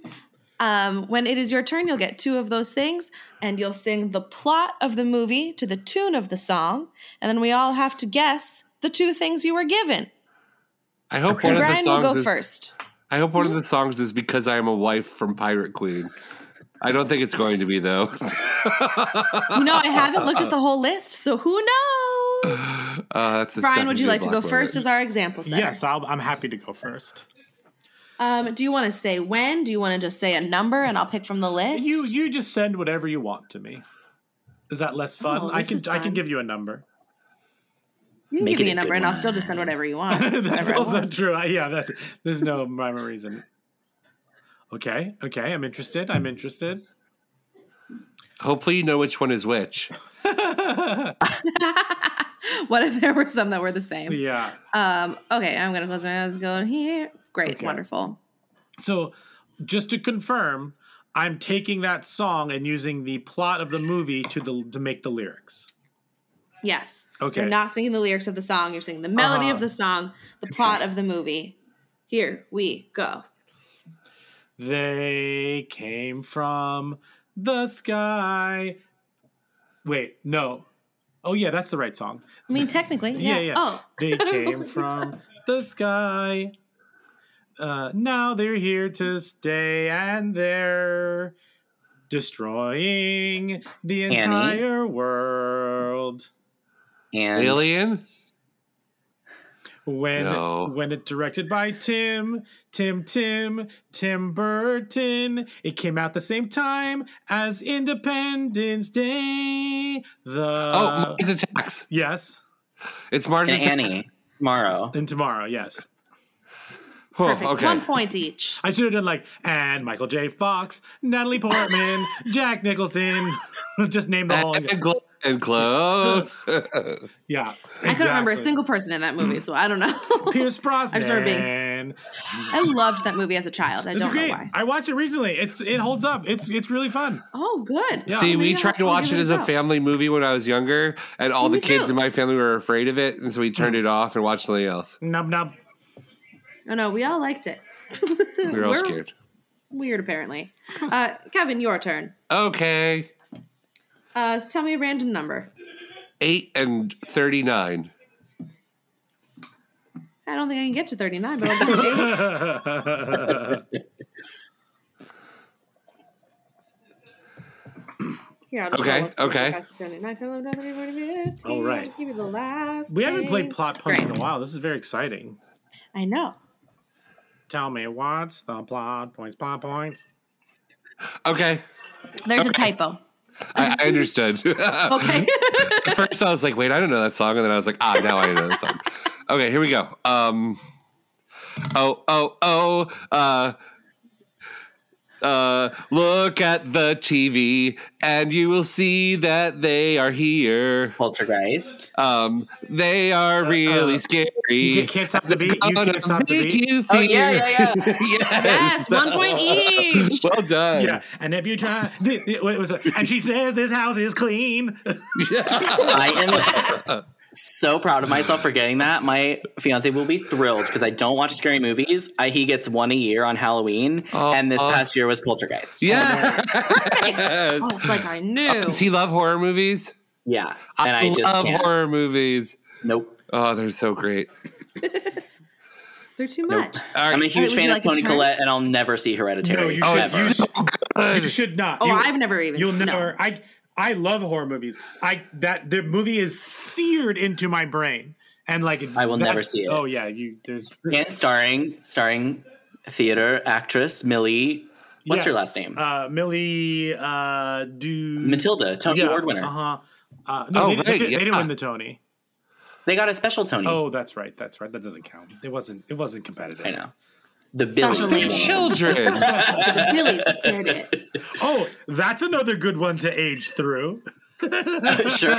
Um, when it is your turn, you'll get two of those things, and you'll sing the plot of the movie to the tune of the song, and then we all have to guess the two things you were given.
I hope one of the
Brian will
songs
go
is,
first.
I hope one of the songs is because I am a wife from Pirate Queen. I don't think it's going to be though.
You know, I haven't looked at the whole list, so who knows?
uh, that's the
Brian, would you
Stephanie
like to go
Block
first
moment.
as our example setter?
yes, I'll, I'm happy to go first.
Um, do you want to say when? Do you want to just say a number and I'll pick from the list?
You you just send whatever you want to me. Is that less fun?
Oh,
I
this
can
is
I can
fun.
give you a number.
You can
Make
give
it
me
a
a number
good
and
one.
I'll still just send whatever you want.
That's
whatever I
also
want.
true. I- yeah, that, there's no rhyme or reason. Okay, okay, I'm interested. I'm interested.
Hopefully, you know which one is which.
What if there were some that were the same?
Yeah.
Um, okay, I'm gonna close my eyes. Go here. Great,
Okay.
wonderful.
So, just to confirm, I'm taking that song and using the plot of the movie to the to make the lyrics.
Yes. So
Okay.
you're not singing the lyrics of the song. You're singing the melody
Uh-huh.
of the song, the plot of the movie. Here we go.
They came from the sky. Wait, no. Oh yeah, that's the right song.
I mean, technically,
Yeah,
yeah.
yeah.
Oh,
They came from the sky. Uh, now they're here to stay, and they're destroying the
Annie?
entire world.
and
Alien?
When
No.
when it directed by Tim Tim Tim Tim Burton, it came out the same time as Independence Day. The
oh, Mars Attacks.
Yes.
It's Mars
And
Attacks.
Annie. tomorrow
and tomorrow, yes.
Perfect. One point each.
I should have done like and Michael J. Fox, Natalie Portman, Jack Nicholson. Just name the whole.
And Glenn and close.
yeah. Mm.
I couldn't remember a single person in that movie, so I don't know.
Pierce Brosnan.
I just remember being. I loved that movie as a child. I
It's
don't know
great.
why.
I watched it recently. It's it holds up. It's it's really fun.
Oh, good.
See, we
Maybe I'll-
tried to
I'll
watch
give
it as
a
a
go.
family movie when I was younger, and all
Me
the kids
too.
in my family were afraid of it, and so we turned it off and watched something else.
Nub nub.
Oh no, we all liked it.
We were all scared.
Weird, apparently. Uh, Kevin, your turn.
Okay,
Uh, so tell me a random number.
eight and thirty-nine.
I don't think I can get to thirty-nine, but I'll give it eight. Here, I'll just
Okay,
roll up to
okay.
39.
All right.
I'll just give you the last.
We haven't played
thing.
plot punch in
Great.
a while. This is very exciting.
I know.
Tell me what's the plot points? Plot points.
Okay,
There's a typo.
I, I understood. okay. At first, I was like, "Wait, I don't know that song," and then I was like, "Ah, now I know that song." Okay, here we go. Um, oh, oh, oh. Uh, uh, look at the TV, and you will see that they are here.
Poltergeist.
Um, they
Uh,
are really scary. You
can't stop the beat. You
Gonna
can't stop the
make
beat.
you
Oh, yeah,
feel-
yeah, yeah.
yes.
one point each.
Well done.
Yeah, and if you try, th- th- what was it? and she says this house is clean.
I am so proud of myself for getting that. My fiance will be thrilled because I don't watch scary movies. I, he gets one a year on Halloween, and this
oh.
past year was Poltergeist.
Yeah.
Oh, it's like I knew.
Does he love horror movies?
Yeah.
I,
and I just
love
can't.
horror movies.
Nope.
Oh, they're so great.
They're too much.
I'm a huge
Would
fan
you
of
like a
Tony
turn?
Collette, and I'll never see Hereditary.
No, you
ever.
should. You should not.
Oh,
You-
I've never even.
You'll
no.
never. I I love horror movies. I that the movie is seared into my brain, and like
I will never
that's-
see it.
Oh yeah, you there's
Oh,
and starring starring theater actress Millie. What's her
Yes.
last name?
Uh, Millie uh, do
Matilda, Tony Award winner.
Uh-huh. Uh, no,
Oh,
they, they,
right,
they didn't
yeah.
win the Tony.
They got a special Tony.
Oh, that's right. That's right. That doesn't count. It wasn't. It wasn't competitive. I
know. The
Billy
Billies.
Uh,
oh, that's another good one to age through.
sure.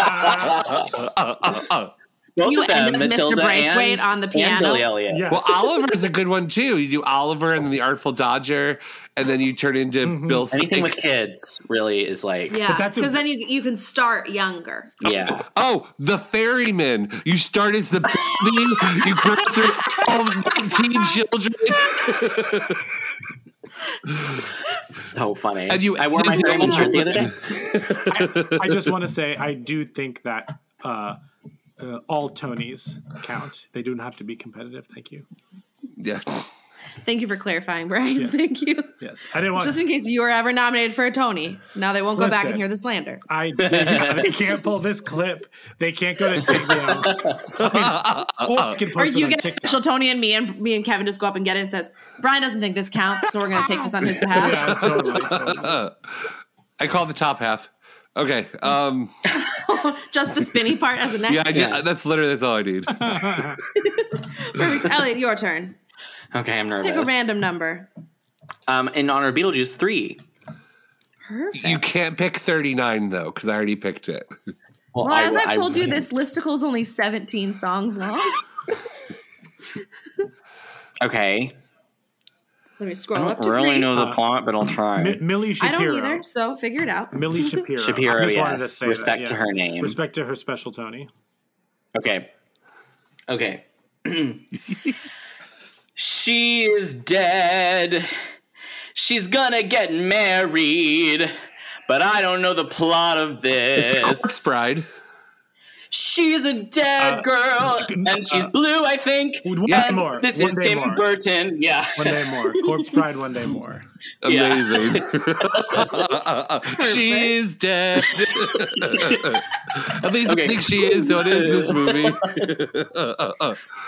uh,
Both
You
of them,
end up Mr.
Matilda
Braithwaite
and,
on the
and
piano.
Billy Elliot.
Well, Oliver's a good one too. You do Oliver and then the Artful Dodger, and then you turn into
Mm-hmm.
Bill.
Anything with
Sykes.
kids really is like
Yeah, because then you you can start younger.
yeah.
Oh, the ferryman. You start as the baby. you grow through all 19 children.
so funny.
And you-
I wore my
Is it
Ferryman
over?
shirt the other day.
I, I just want to say I do think that uh, uh, all Tonys count. They do not have to be competitive. Thank you.
Yeah.
Thank you for clarifying, Brian.
Yes.
Thank you.
Yes, I didn't want.
Just in case you were ever nominated for a Tony, now they won't go back and
Listen.
hear the slander.
I they can't pull this clip. They can't go to TikTok. or I can
Or
post it
you
on
get a
TikTok.
special Tony and me, and me and Kevin just go up and get it and says, Brian doesn't think this counts, so we're going to take this on his behalf.
Uh, I call the top half. Okay. Um,
just the spinny part as a neck.
yeah, I ju- that's literally that's all I need.
Perfect. Elliot, your turn.
Okay, I'm nervous.
Pick a random number.
Um, in honor of Beetlejuice three.
Perfect.
You can't pick 39 though, because I already picked it.
Well, as I've told you, this listicle is only 17 songs long.
Okay.
Let me
I
scroll up
don't
to
really
three.
know
Oh.
the plot, but I'll try.
Mi- Uh, Millie
I
Shapiro.
don't either, so figure it out.
Millie Shapiro.
Shapiro,
I just wanted
yes.
say
Respect to her name.
Respect to her special Tony.
Okay. Okay. she is dead. She's gonna get married. But I don't know the plot of this.
It's Corpse Bride.
She's a dead
Uh,
girl, and she's blue, I think.
One
and
uh, more,
This
one
is
day
Tim
more.
Burton. Yeah.
One day more. Corpse Bride. One day more.
Amazing. she is dead. At least I think she is, so it is this movie.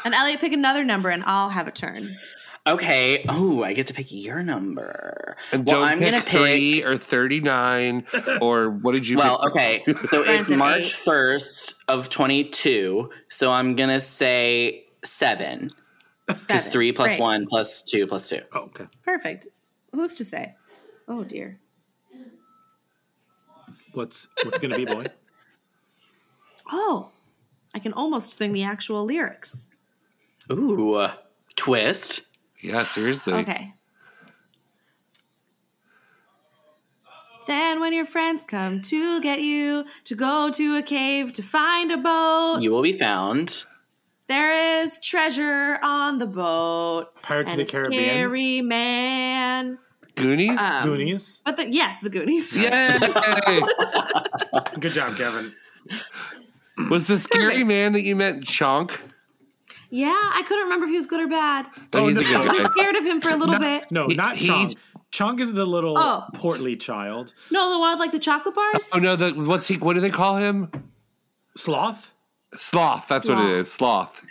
And Elliot, pick another number and I'll have a turn.
Okay. Oh, I get to pick your number.
And Uh,
well,
don't
I'm
pick
gonna pick.
three or 39 or what did you
Well,
pick?
okay. So it's March first of twenty two. So I'm gonna say seven. Because
Seven.
three plus
Great.
one plus two plus two.
Oh, okay.
Perfect. Who's to say? Oh dear.
What's what's gonna be, boy?
Oh, I can almost sing the actual lyrics.
Ooh, uh, twist.
Yeah, seriously.
Okay. Then, when your friends come to get you to go to a cave to find a boat,
You will be found.
there is treasure on the boat.
Pirates of
and
the
a
Caribbean.
Scary man.
Goonies?
Uh,
Um,
Goonies.
But the, yes, the Goonies.
Yay!
Good job, Kevin.
Was the scary man that you met Chonk?
yeah, I couldn't remember if he was good or bad.
Oh, he's a good
I was
guy.
scared of him for a little
Not-
bit.
No, not
he-
Chunk. Chunk is the little
Oh.
portly child.
No, the one with like the chocolate bars.
Oh no, the what's he what do they call him?
Sloth?
Sloth, that's what it is. Sloth.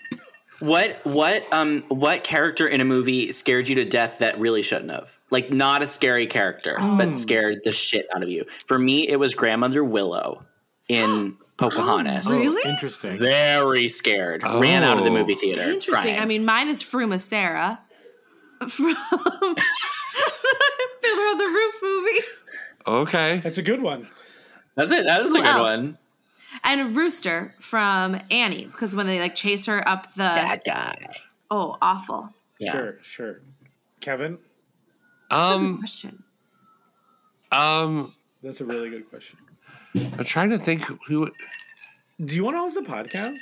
What what um what character in a movie scared you to death that really shouldn't have? Like not a scary character,
Oh.
Um.
but scared the shit out of you. For me, it was grandmother Willow in Pocahontas.
Oh, interesting.
Very scared. Ran out of the movie theater.
Interesting.
crying.
I mean, mine is Fruma Sarah from Fiddler on the Roof movie.
Okay.
That's a good one.
That's it. That was a
Who
good
else?
one.
And a rooster from Annie, because when they like chase her up the
bad guy.
Oh, awful.
Sure, sure. Kevin,
Um
question.
Um
that's a really good question.
I'm trying to think who
Do you want to host a podcast?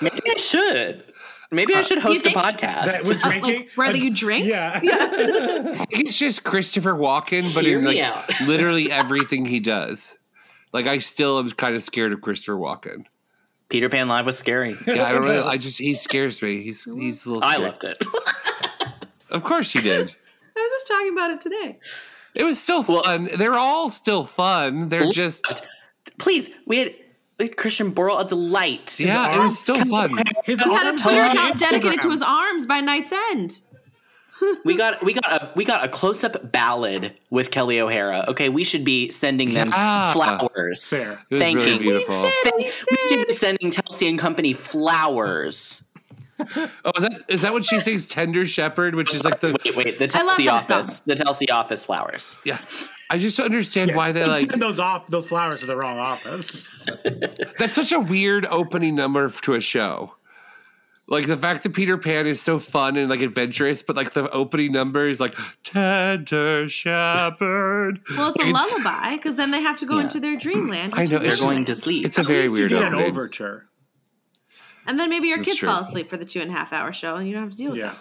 Maybe I should. Maybe I should host a podcast.
That we're drinking.
Whether you drink?
Yeah.
I think it's just Christopher Walken, but
Hear
in
me
like
out.
literally everything he does. Like I still am kind of scared of Christopher Walken.
Peter Pan Live was scary.
Yeah, I don't really I just he scares me. He's he's a little
I
scary.
loved it.
Of course you did.
I was just talking about it today.
It was still fun. They're all still fun. They're just
Please, we had, we had Christian Borle a delight.
yeah. It was still fun.
His
He had a
arms
Twitter
on
account dedicated to
Instagram.
his arms by night's end.
We got we got a we got a close up ballad with Kelly O'Hara. Okay, we should be sending them
Yeah.
flowers.
Fair.
It was
Thanking.
really beautiful.
Send- we should be sending Telsey and Company flowers.
Oh, is that is that when she sings "Tender Shepherd," which is like the
Wait, wait, the
I love
Telsey
that song.
office, the Telsey office flowers.
yeah. I just don't understand why they
And
like
send those off those flowers to the wrong office.
that's such a weird opening number f- to a show. Like the fact that Peter Pan is so fun and like adventurous, but like the opening number is like "Tender Shepherd."
Well, it's a lullaby because then they have to go
Yeah.
into their dreamland.
I
which
know
is
They're
it's,
nice.
going to sleep.
it's a very
At least you
weird
did an
opening.
overture.
and then maybe your
That's
kids
true.
fall asleep for the two and a half hour show, and you don't have to deal with
Yeah.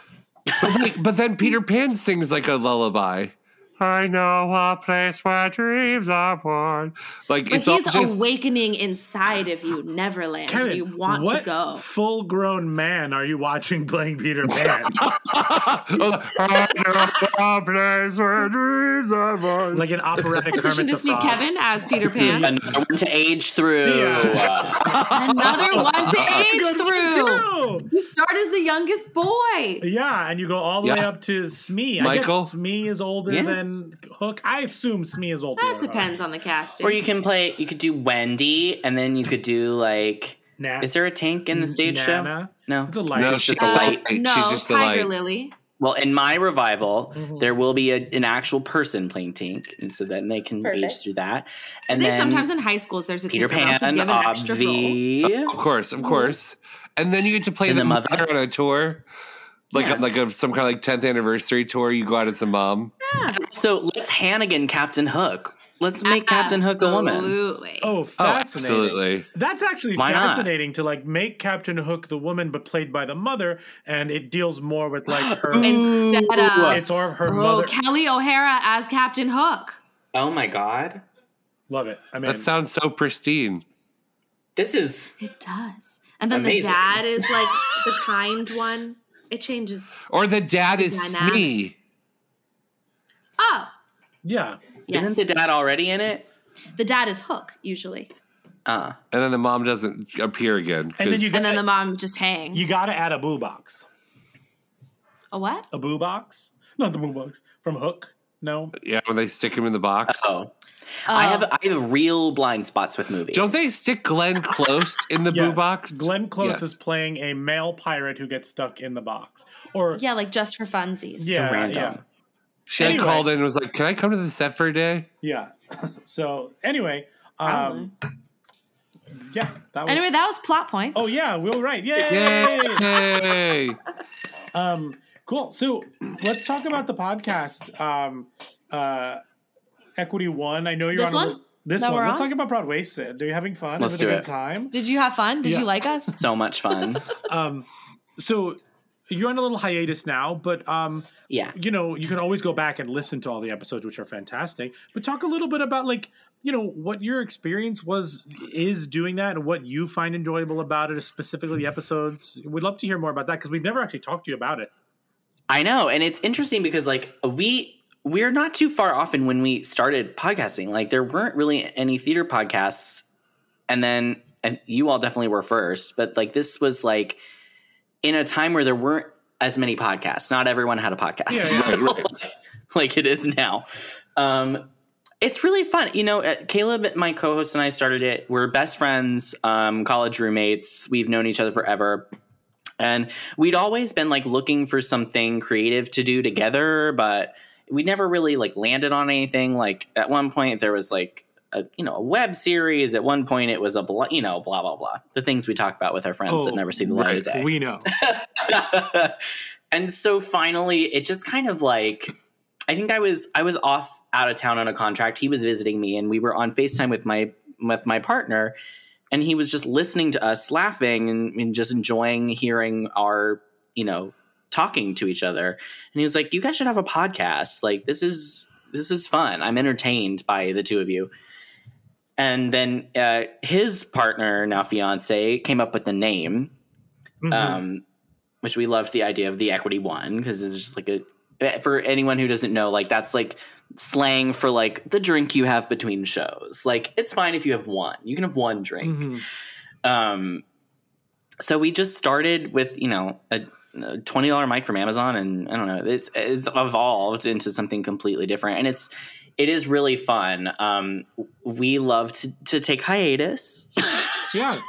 But, like, but then Peter Pan sings like a lullaby. I know a place where dreams are born. Like
But
it's all
he's
just
awakening inside of you, Neverland. you
Kevin,
want
what
to go.
full grown man are you watching playing Peter Pan?
Oh, I know a place where dreams are born.
like an operatic
Petition
Kermit
to
the
see
Frog.
Kevin as Peter Pan.
Another one to age through. Uh,
Yeah.
Another one
oh,
to age
Good one,
through.
too.
You start as the youngest boy.
Yeah, and you go all the way
Yeah.
up to Smee. I
Michael?
guess Smee is older
Yeah.
than Hook. I assume Smee is older.
That
than Hook.
depends on the casting.
Or you can play. You could do Wendy, and then you could do like.
Nah.
Is there a tank in the stage
Nana?
show? No.
It's a light.
No,
It's just
she's
a
a
light.
light.
no,
She's just a
Tiger
light.
Lily.
Well, in my revival,
Mm-hmm.
there will be a, an actual person playing Tink, and so then they can
Perfect.
age through that.
I
And
think
then
sometimes in high schools there's a
Peter
tinker around to
Pan,
give an extra role.
obvi.
Of course, of course. And then you get to play
And
the
the
mother.
mother.
on a tour, like
Yeah.
like a, some kind of like tenth anniversary tour. You go out as a mom.
So let's Hannigan Captain Hook. Let's make Captain Hook a woman.
Absolutely.
Oh,
Oh,
fascinating.
absolutely.
That's actually
Why not?
fascinating to like make Captain Hook the woman, but played by the mother, and it deals more with like her.
Instead of
it's or her
oh,
mother.
Kelly O'Hara as Captain Hook.
Oh my god,
Love it. I mean,
That sounds so pristine.
this is
It does. And then
Amazing.
the dad is like the kind one. It changes.
Or the dad is
Dynamic.
Smee.
Oh,
yeah.
yes.
isn't the dad already in it?
The dad is Hook usually,
Uh
And then the mom doesn't appear again.
And then
'cause-
you got
and then the mom just hangs.
you got to add a boo box.
a what?
A boo box? Not the boo box from Hook. No.
yeah, when they stick him in the box.
oh. I have I have real blind spots with movies.
Don't they stick Glenn Close in the boo
Yes.
box?
Glenn Close
Yes.
is playing a male pirate who gets stuck in the box. Or
Yeah, like just for funsies.
yeah,
random.
Uh, yeah,
She
Anyway.
had called in and was like, Can I come to the set for a day?
yeah. so anyway, um, yeah, that was.
Anyway, that was plot points.
Oh yeah, we were right.
Yay!
um, cool. So let's talk about the podcast. Um, uh, Equity One. I know you're
This
on a-
one?
this
That
one.
we're
Let's
on?
talk about Broadway. Sid. Are you having fun?
Let's
Is it a
do
good
it.
time?
Did you have fun? Did
Yeah.
you like us?
So much fun.
um, so you're on a little hiatus now, but um,
yeah,
you know, you can always go back and listen to all the episodes, which are fantastic. But talk a little bit about like you know what your experience was is doing that and what you find enjoyable about it specifically the episodes we'd love to hear more about that because we've never actually talked to you about it
I know, and it's interesting because like we we're not too far off in when we started podcasting. Like there weren't really any theater podcasts, and then and you all definitely were first, but like this was like in a time where there weren't as many podcasts. Not everyone had a podcast,
Yeah, yeah. Right,
like it is now. Um, it's really fun, you know. uh, Caleb, my co-host, and I started it. We're best friends, um, college roommates. We've known each other forever. And we'd always been like looking for something creative to do together, but we never really like landed on anything. Like at one point there was like a you know a web series. At one point it was a blah, you know blah blah blah. The things we talk about with our friends that
Oh,
never see the light of day.
we know
and so finally it just kind of like I think I was I was off out of town on a contract. He was visiting me and we were on FaceTime with my with my partner and he was just listening to us laughing and, and just enjoying hearing our, you know, talking to each other. And he was like, You guys should have a podcast. Like this is this is fun. I'm entertained by the two of you. And then uh, his partner, now fiance, came up with the name
Mm-hmm.
um, which we loved the idea of the equity one because it's just like a eh, for anyone who doesn't know, like that's like slang for like the drink you have between shows. Like it's fine if you have one, you can have one drink.
Mm-hmm.
Um, so we just started with you know a, a twenty dollar mic from Amazon, and I don't know, it's it's evolved into something completely different, and it's it is really fun. Um, we love to, to take hiatus.
yeah.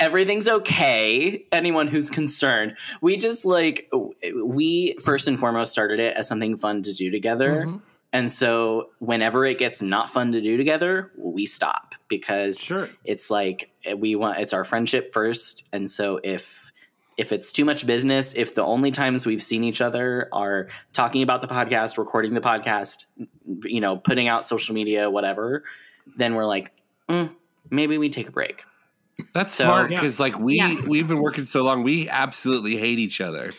Everything's okay. Anyone who's concerned, we just like w- we first and foremost started it as something fun to do together.
Mm-hmm.
And so whenever it gets not fun to do together, we stop because it's like we want it's our friendship first. And so if if it's too much business, if the only times we've seen each other are talking about the podcast, recording the podcast, you know, putting out social media, whatever, then we're like, mm, maybe we take a break.
That's
So-
smart
Yeah.
because like we
Yeah.
we've been working so long, we absolutely hate each other.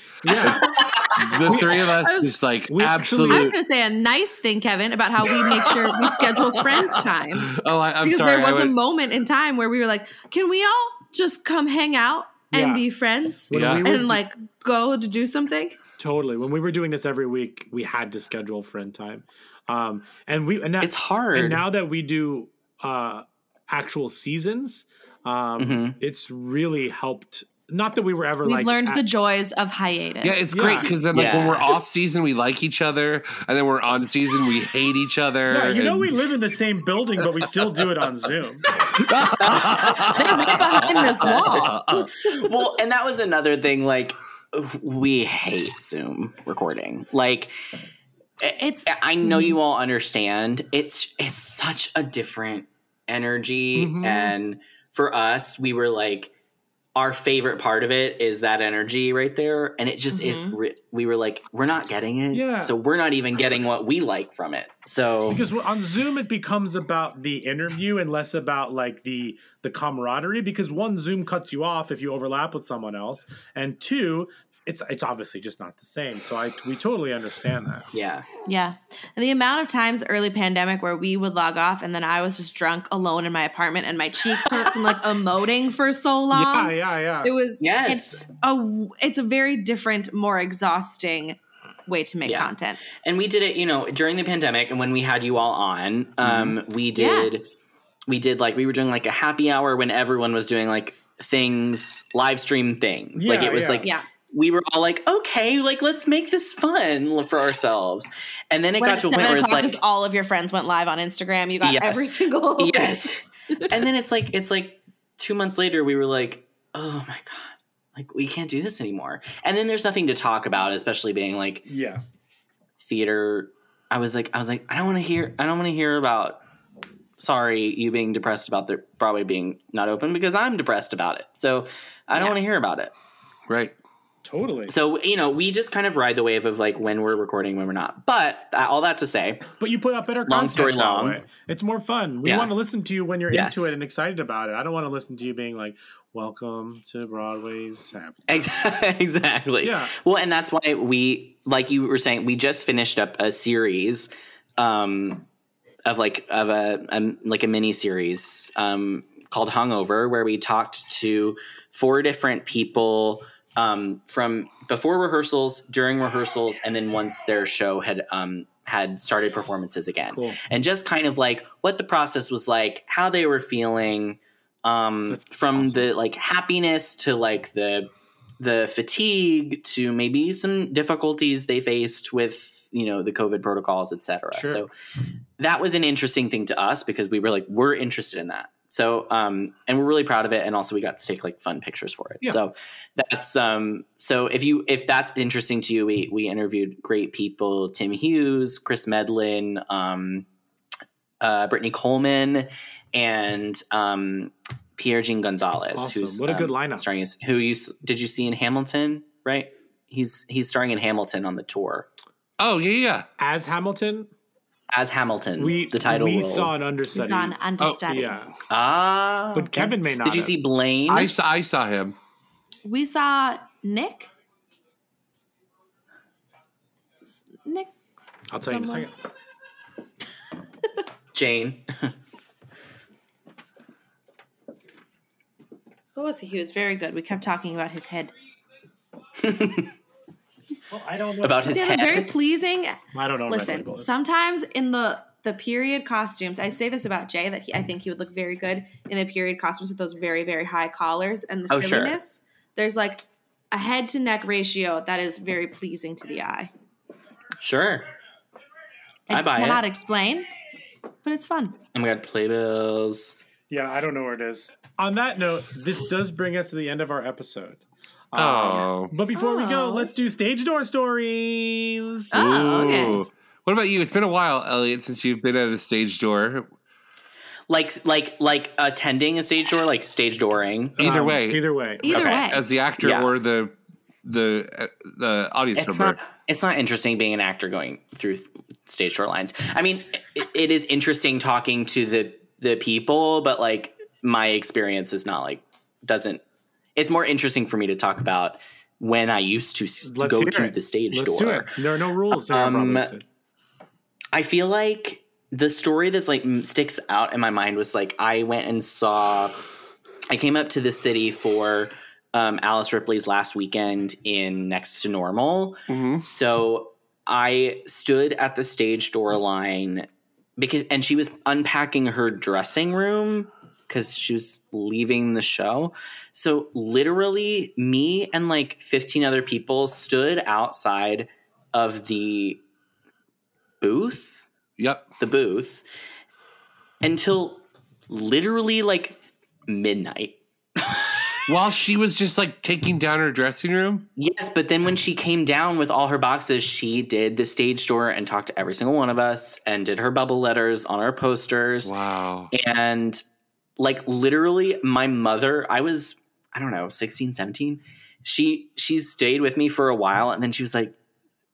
Yeah. the three of us
I was-
just like
I was
absolutely.
going to say a nice thing, Kevin, about how we make sure we schedule friends time.
Oh, I, I'm
because
sorry.
there was
I
a
would-
moment in time where we were like, can we all just come hang out and
Yeah.
be friends
When Yeah. we were-
and like go to do something?
Totally. When we were doing this every week, we had to schedule friend time. Um, and we and now,
it's hard.
And now that we do uh, actual seasons, um,
Mm-hmm.
it's really helped. Not that we were ever
We've
like
learned
at-
the joys of hiatus.
yeah, it's great because then like when we're off season, we like each other, and then we're on season, we hate each other.
Yeah, you know
and-
we live in the same building, but we still do it on Zoom.
behind this wall.
well, and that was another thing. Like, we hate Zoom recording. Like,
it's. Mm-hmm.
I know you all understand. It's it's such a different energy,
Mm-hmm.
Mhm.
and for us, we were like, our favorite part of it is that energy right there, and it just is.
Mm-hmm.
Mhm.
Re- we were like, we're not getting it,
Yeah.
so we're not even getting what we like from it. So
because on Zoom it becomes about the interview and less about like the the camaraderie. Because one, Zoom cuts you off if you overlap with someone else, and two, it's it's obviously just not the same. So I we totally understand that.
Yeah.
Yeah. And the amount of times early pandemic where we would log off and then I was just drunk alone in my apartment and my cheeks hurt from like emoting for so long.
yeah, yeah.
It was
Yes.
It's a it's a very different, more exhausting way to make
Yeah.
content.
and we did it you know during the pandemic and when we had you all on um
Mm-hmm.
we did we did like we were doing like a happy hour when everyone was doing like things live stream things like
Yeah,
it was
yeah.
like
Yeah.
we were all like okay like let's make this fun for ourselves and then it
When
got
at
to a point
seven
where it's
o'clock,
like
just all of your friends went live on Instagram. You got
Yes.
every single
Yes. and then it's like it's like two months later we were like oh my god like we can't do this anymore and then there's nothing to talk about especially being like
yeah
theater i was like i was like i don't want to hear i don't want to hear about sorry you being depressed about the Broadway being not open because I'm depressed about it. So I don't want to hear about it.
Right.
Totally.
So, you know, we just kind of ride the wave of like when we're recording, when we're not. But uh, all that to say,
But you put out better
long
content
story
that
long.
way. It's more fun. We
Yeah.
want to listen to you when you're
Yes.
into it and excited about it. I don't want to listen to you being like, "Welcome to Broadway's." Hap-"
Ex- exactly.
Yeah.
Well, and that's why we, like you were saying, we just finished up a series um, of like of a um, like a mini series um, called Hungover, where we talked to four different people um, from before rehearsals, during rehearsals, and then once their show had um, had started performances again, and just kind of like what the process was like, how they were feeling. Um, from the like happiness to like the the fatigue to maybe some difficulties they faced with you know the covid protocols etc
Sure.
so that was an interesting thing to us because we were like we're interested in that so um and we're really proud of it and also we got to take like fun pictures for it
Yeah.
so that's um so if you if that's interesting to you we we interviewed great people tim hughes chris medlin um uh brittany coleman and um pierre jean gonzalez um,
Awesome. What a good lineup.
starring as, who you s- did you see in hamilton right he's he's starring in hamilton on the tour
oh yeah yeah
As Hamilton,
as hamilton we the title
we
role.
saw an understudy.
We saw an understudy.
Oh, yeah.
ah
But Kevin may not
did you
have.
see blaine
I saw, I saw him.
We saw Nick. S- Nick.
I'll
tell you in a
someone.
jane
Who was he? He was very good. We kept talking about his head.
I don't
know. About his
He had a
head.
very pleasing.
I don't know. what
Listen,
label is.
sometimes in the the period costumes, I say this about Jay that he,
Mm-hmm.
I think he would look very good in the period costumes with those very very high collars and the
Oh, sure.
frilliness. There's like a head to neck ratio that is very pleasing to the eye.
sure
I
I buy
cannot
it.
explain, but it's fun.
oh my god playbills
Yeah, I don't know where it is. On that note, this does bring us to the end of our episode.
Oh.
But before we go, let's do stage door stories.
Oh,
Oh,
Ooh. What about you? It's been a while, Elliot, since you've been at a stage door.
like like like attending a stage door like stage dooring
Oh,
Either
Um,
way.
Um, Either way.
Either way.
As the actor
Yeah.
or the the uh, the audience
it's
member.
not it's not interesting being an actor going through th- stage door lines i mean it, it is interesting talking to the the people but like my experience is not like doesn't it's more interesting for me to talk about when i used to s-
Let's
go
hear
to
it.
the stage
Let's
door
do it. There are no rules. there,
Um,
Rob Wilson.
I feel like the story that's like m- sticks out in my mind was like I went and saw. I came up to the city for um, Alice Ripley's last weekend in Next to Normal. So I stood at the stage door line because, and she was unpacking her dressing room because she was leaving the show. So literally, me and like 15 other people stood outside of the booth.
Yep.
The booth until literally like midnight.
While she was just like taking down her dressing room?
Yes, but then when she came down with all her boxes, she did the stage door and talked to every single one of us and did her bubble letters on our posters.
Wow.
And like literally my mother, I was I don't know, 16, 17. She she stayed with me for a while and then she was like,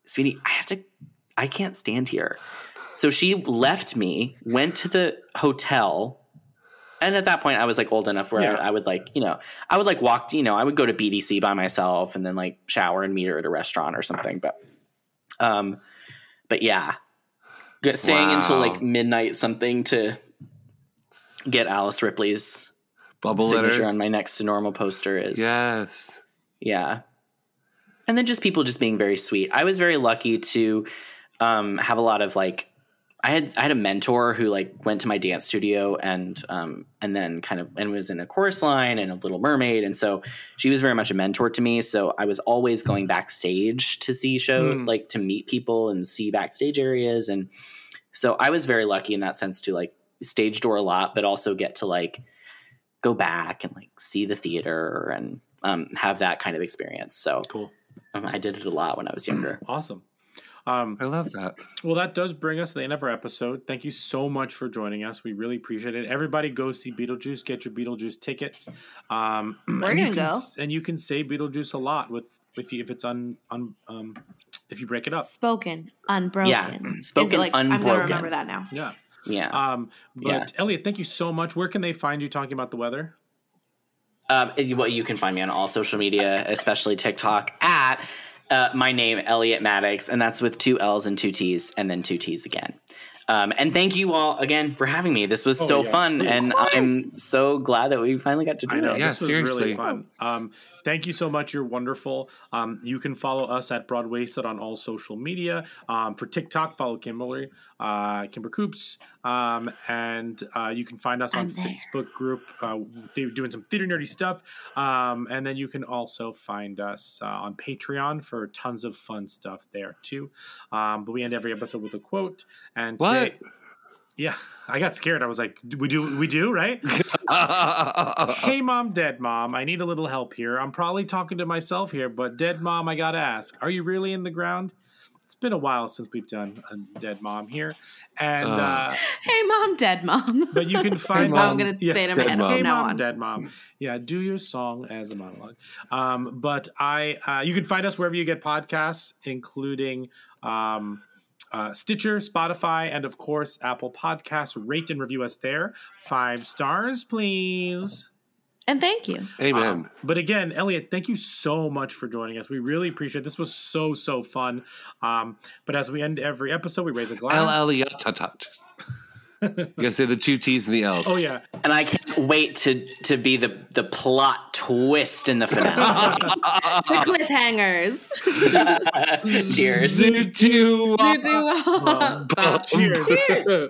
"Sweetie, I have to I can't stand here." So she left me, went to the hotel, and at that point i was like old enough where
Yeah.
I, I would like you know i would like walk to, you know i would go to bdc by myself and then like shower and meet her at a restaurant or something but um but yeah Get- staying until
Wow.
like midnight something to get alice ripley's
Bubble
signature
letter.
on my next to normal poster is
Yes.
yeah and then just people just being very sweet i was very lucky to um have a lot of like I had I had a mentor who like went to my dance studio and um and then kind of and was in a chorus line and a Little Mermaid and so she was very much a mentor to me so I was always going backstage to see show
Hmm.
like to meet people and see backstage areas and so I was very lucky in that sense to like stage door a lot but also get to like go back and like see the theater and um have that kind of experience so
cool
um, I did it a lot when I was younger
Awesome.
Um,
I love that.
Well, that does bring us to the end of our episode. Thank you so much for joining us. We really appreciate it. Everybody, go see Beetlejuice. Get your Beetlejuice tickets. Um,
We're
and you
gonna
can
go.
s- and you can say Beetlejuice a lot with if you if it's un, un um if you break it up.
Spoken, unbroken.
Yeah,
Is
spoken,
like- I'm gonna
unbroken.
remember that now.
Yeah.
Yeah.
Um, but
Yeah.
Elliot, thank you so much. Where can they find you talking about the weather?
Um, it- well, you can find me on all social media, especially TikTok, at uh, my name, Elliot Maddox, and that's with two L's and two T's, and then two T's again. Um, and thank you all again for having me. This was
Oh,
so
yeah.
fun,
Of
and
course.
I'm so glad that we finally got to do
I know
it.
this was really fun. Um, thank you so much. You're wonderful. Um, you can follow us at Broadwayset on all social media. Um, for TikTok, follow Kimberly, uh, Kimber Coops, um, and uh, you can find us on Facebook group. Uh, they're doing some theater nerdy stuff, um, and then you can also find us uh, on Patreon for tons of fun stuff there too. Um, but we end every episode with a quote, and today, yeah, I got scared. I was like, "We do, we do, right?" hey, mom, dead mom, I need a little help here. I'm probably talking to myself here, but dead mom, I gotta ask, are you really in the ground? It's been a while since we've done a dead mom here, and
Uh.
uh,
Hey, mom, dead mom.
but you can find.
That's what I'm gonna say it in my head
Hey,
from now
mom,
on.
dead mom. Yeah, do your song as a monologue. Um, but I, uh, you can find us wherever you get podcasts, including. Um, uh, Stitcher, Spotify, and of course Apple Podcasts. Rate and review us there. Five stars, please.
And thank you.
Amen.
Um, but again, Elliot, thank you so much for joining us. We really appreciate it. This was so, so fun. Um, but as we end every episode, we raise a glass.
L L E tut tut. You gotta say the two T's and the L's.
Oh, yeah.
And I can't wait to to be the the plot twist in the finale.
to cliffhangers.
Cheers.
You do well.
Cheers.
Cheers.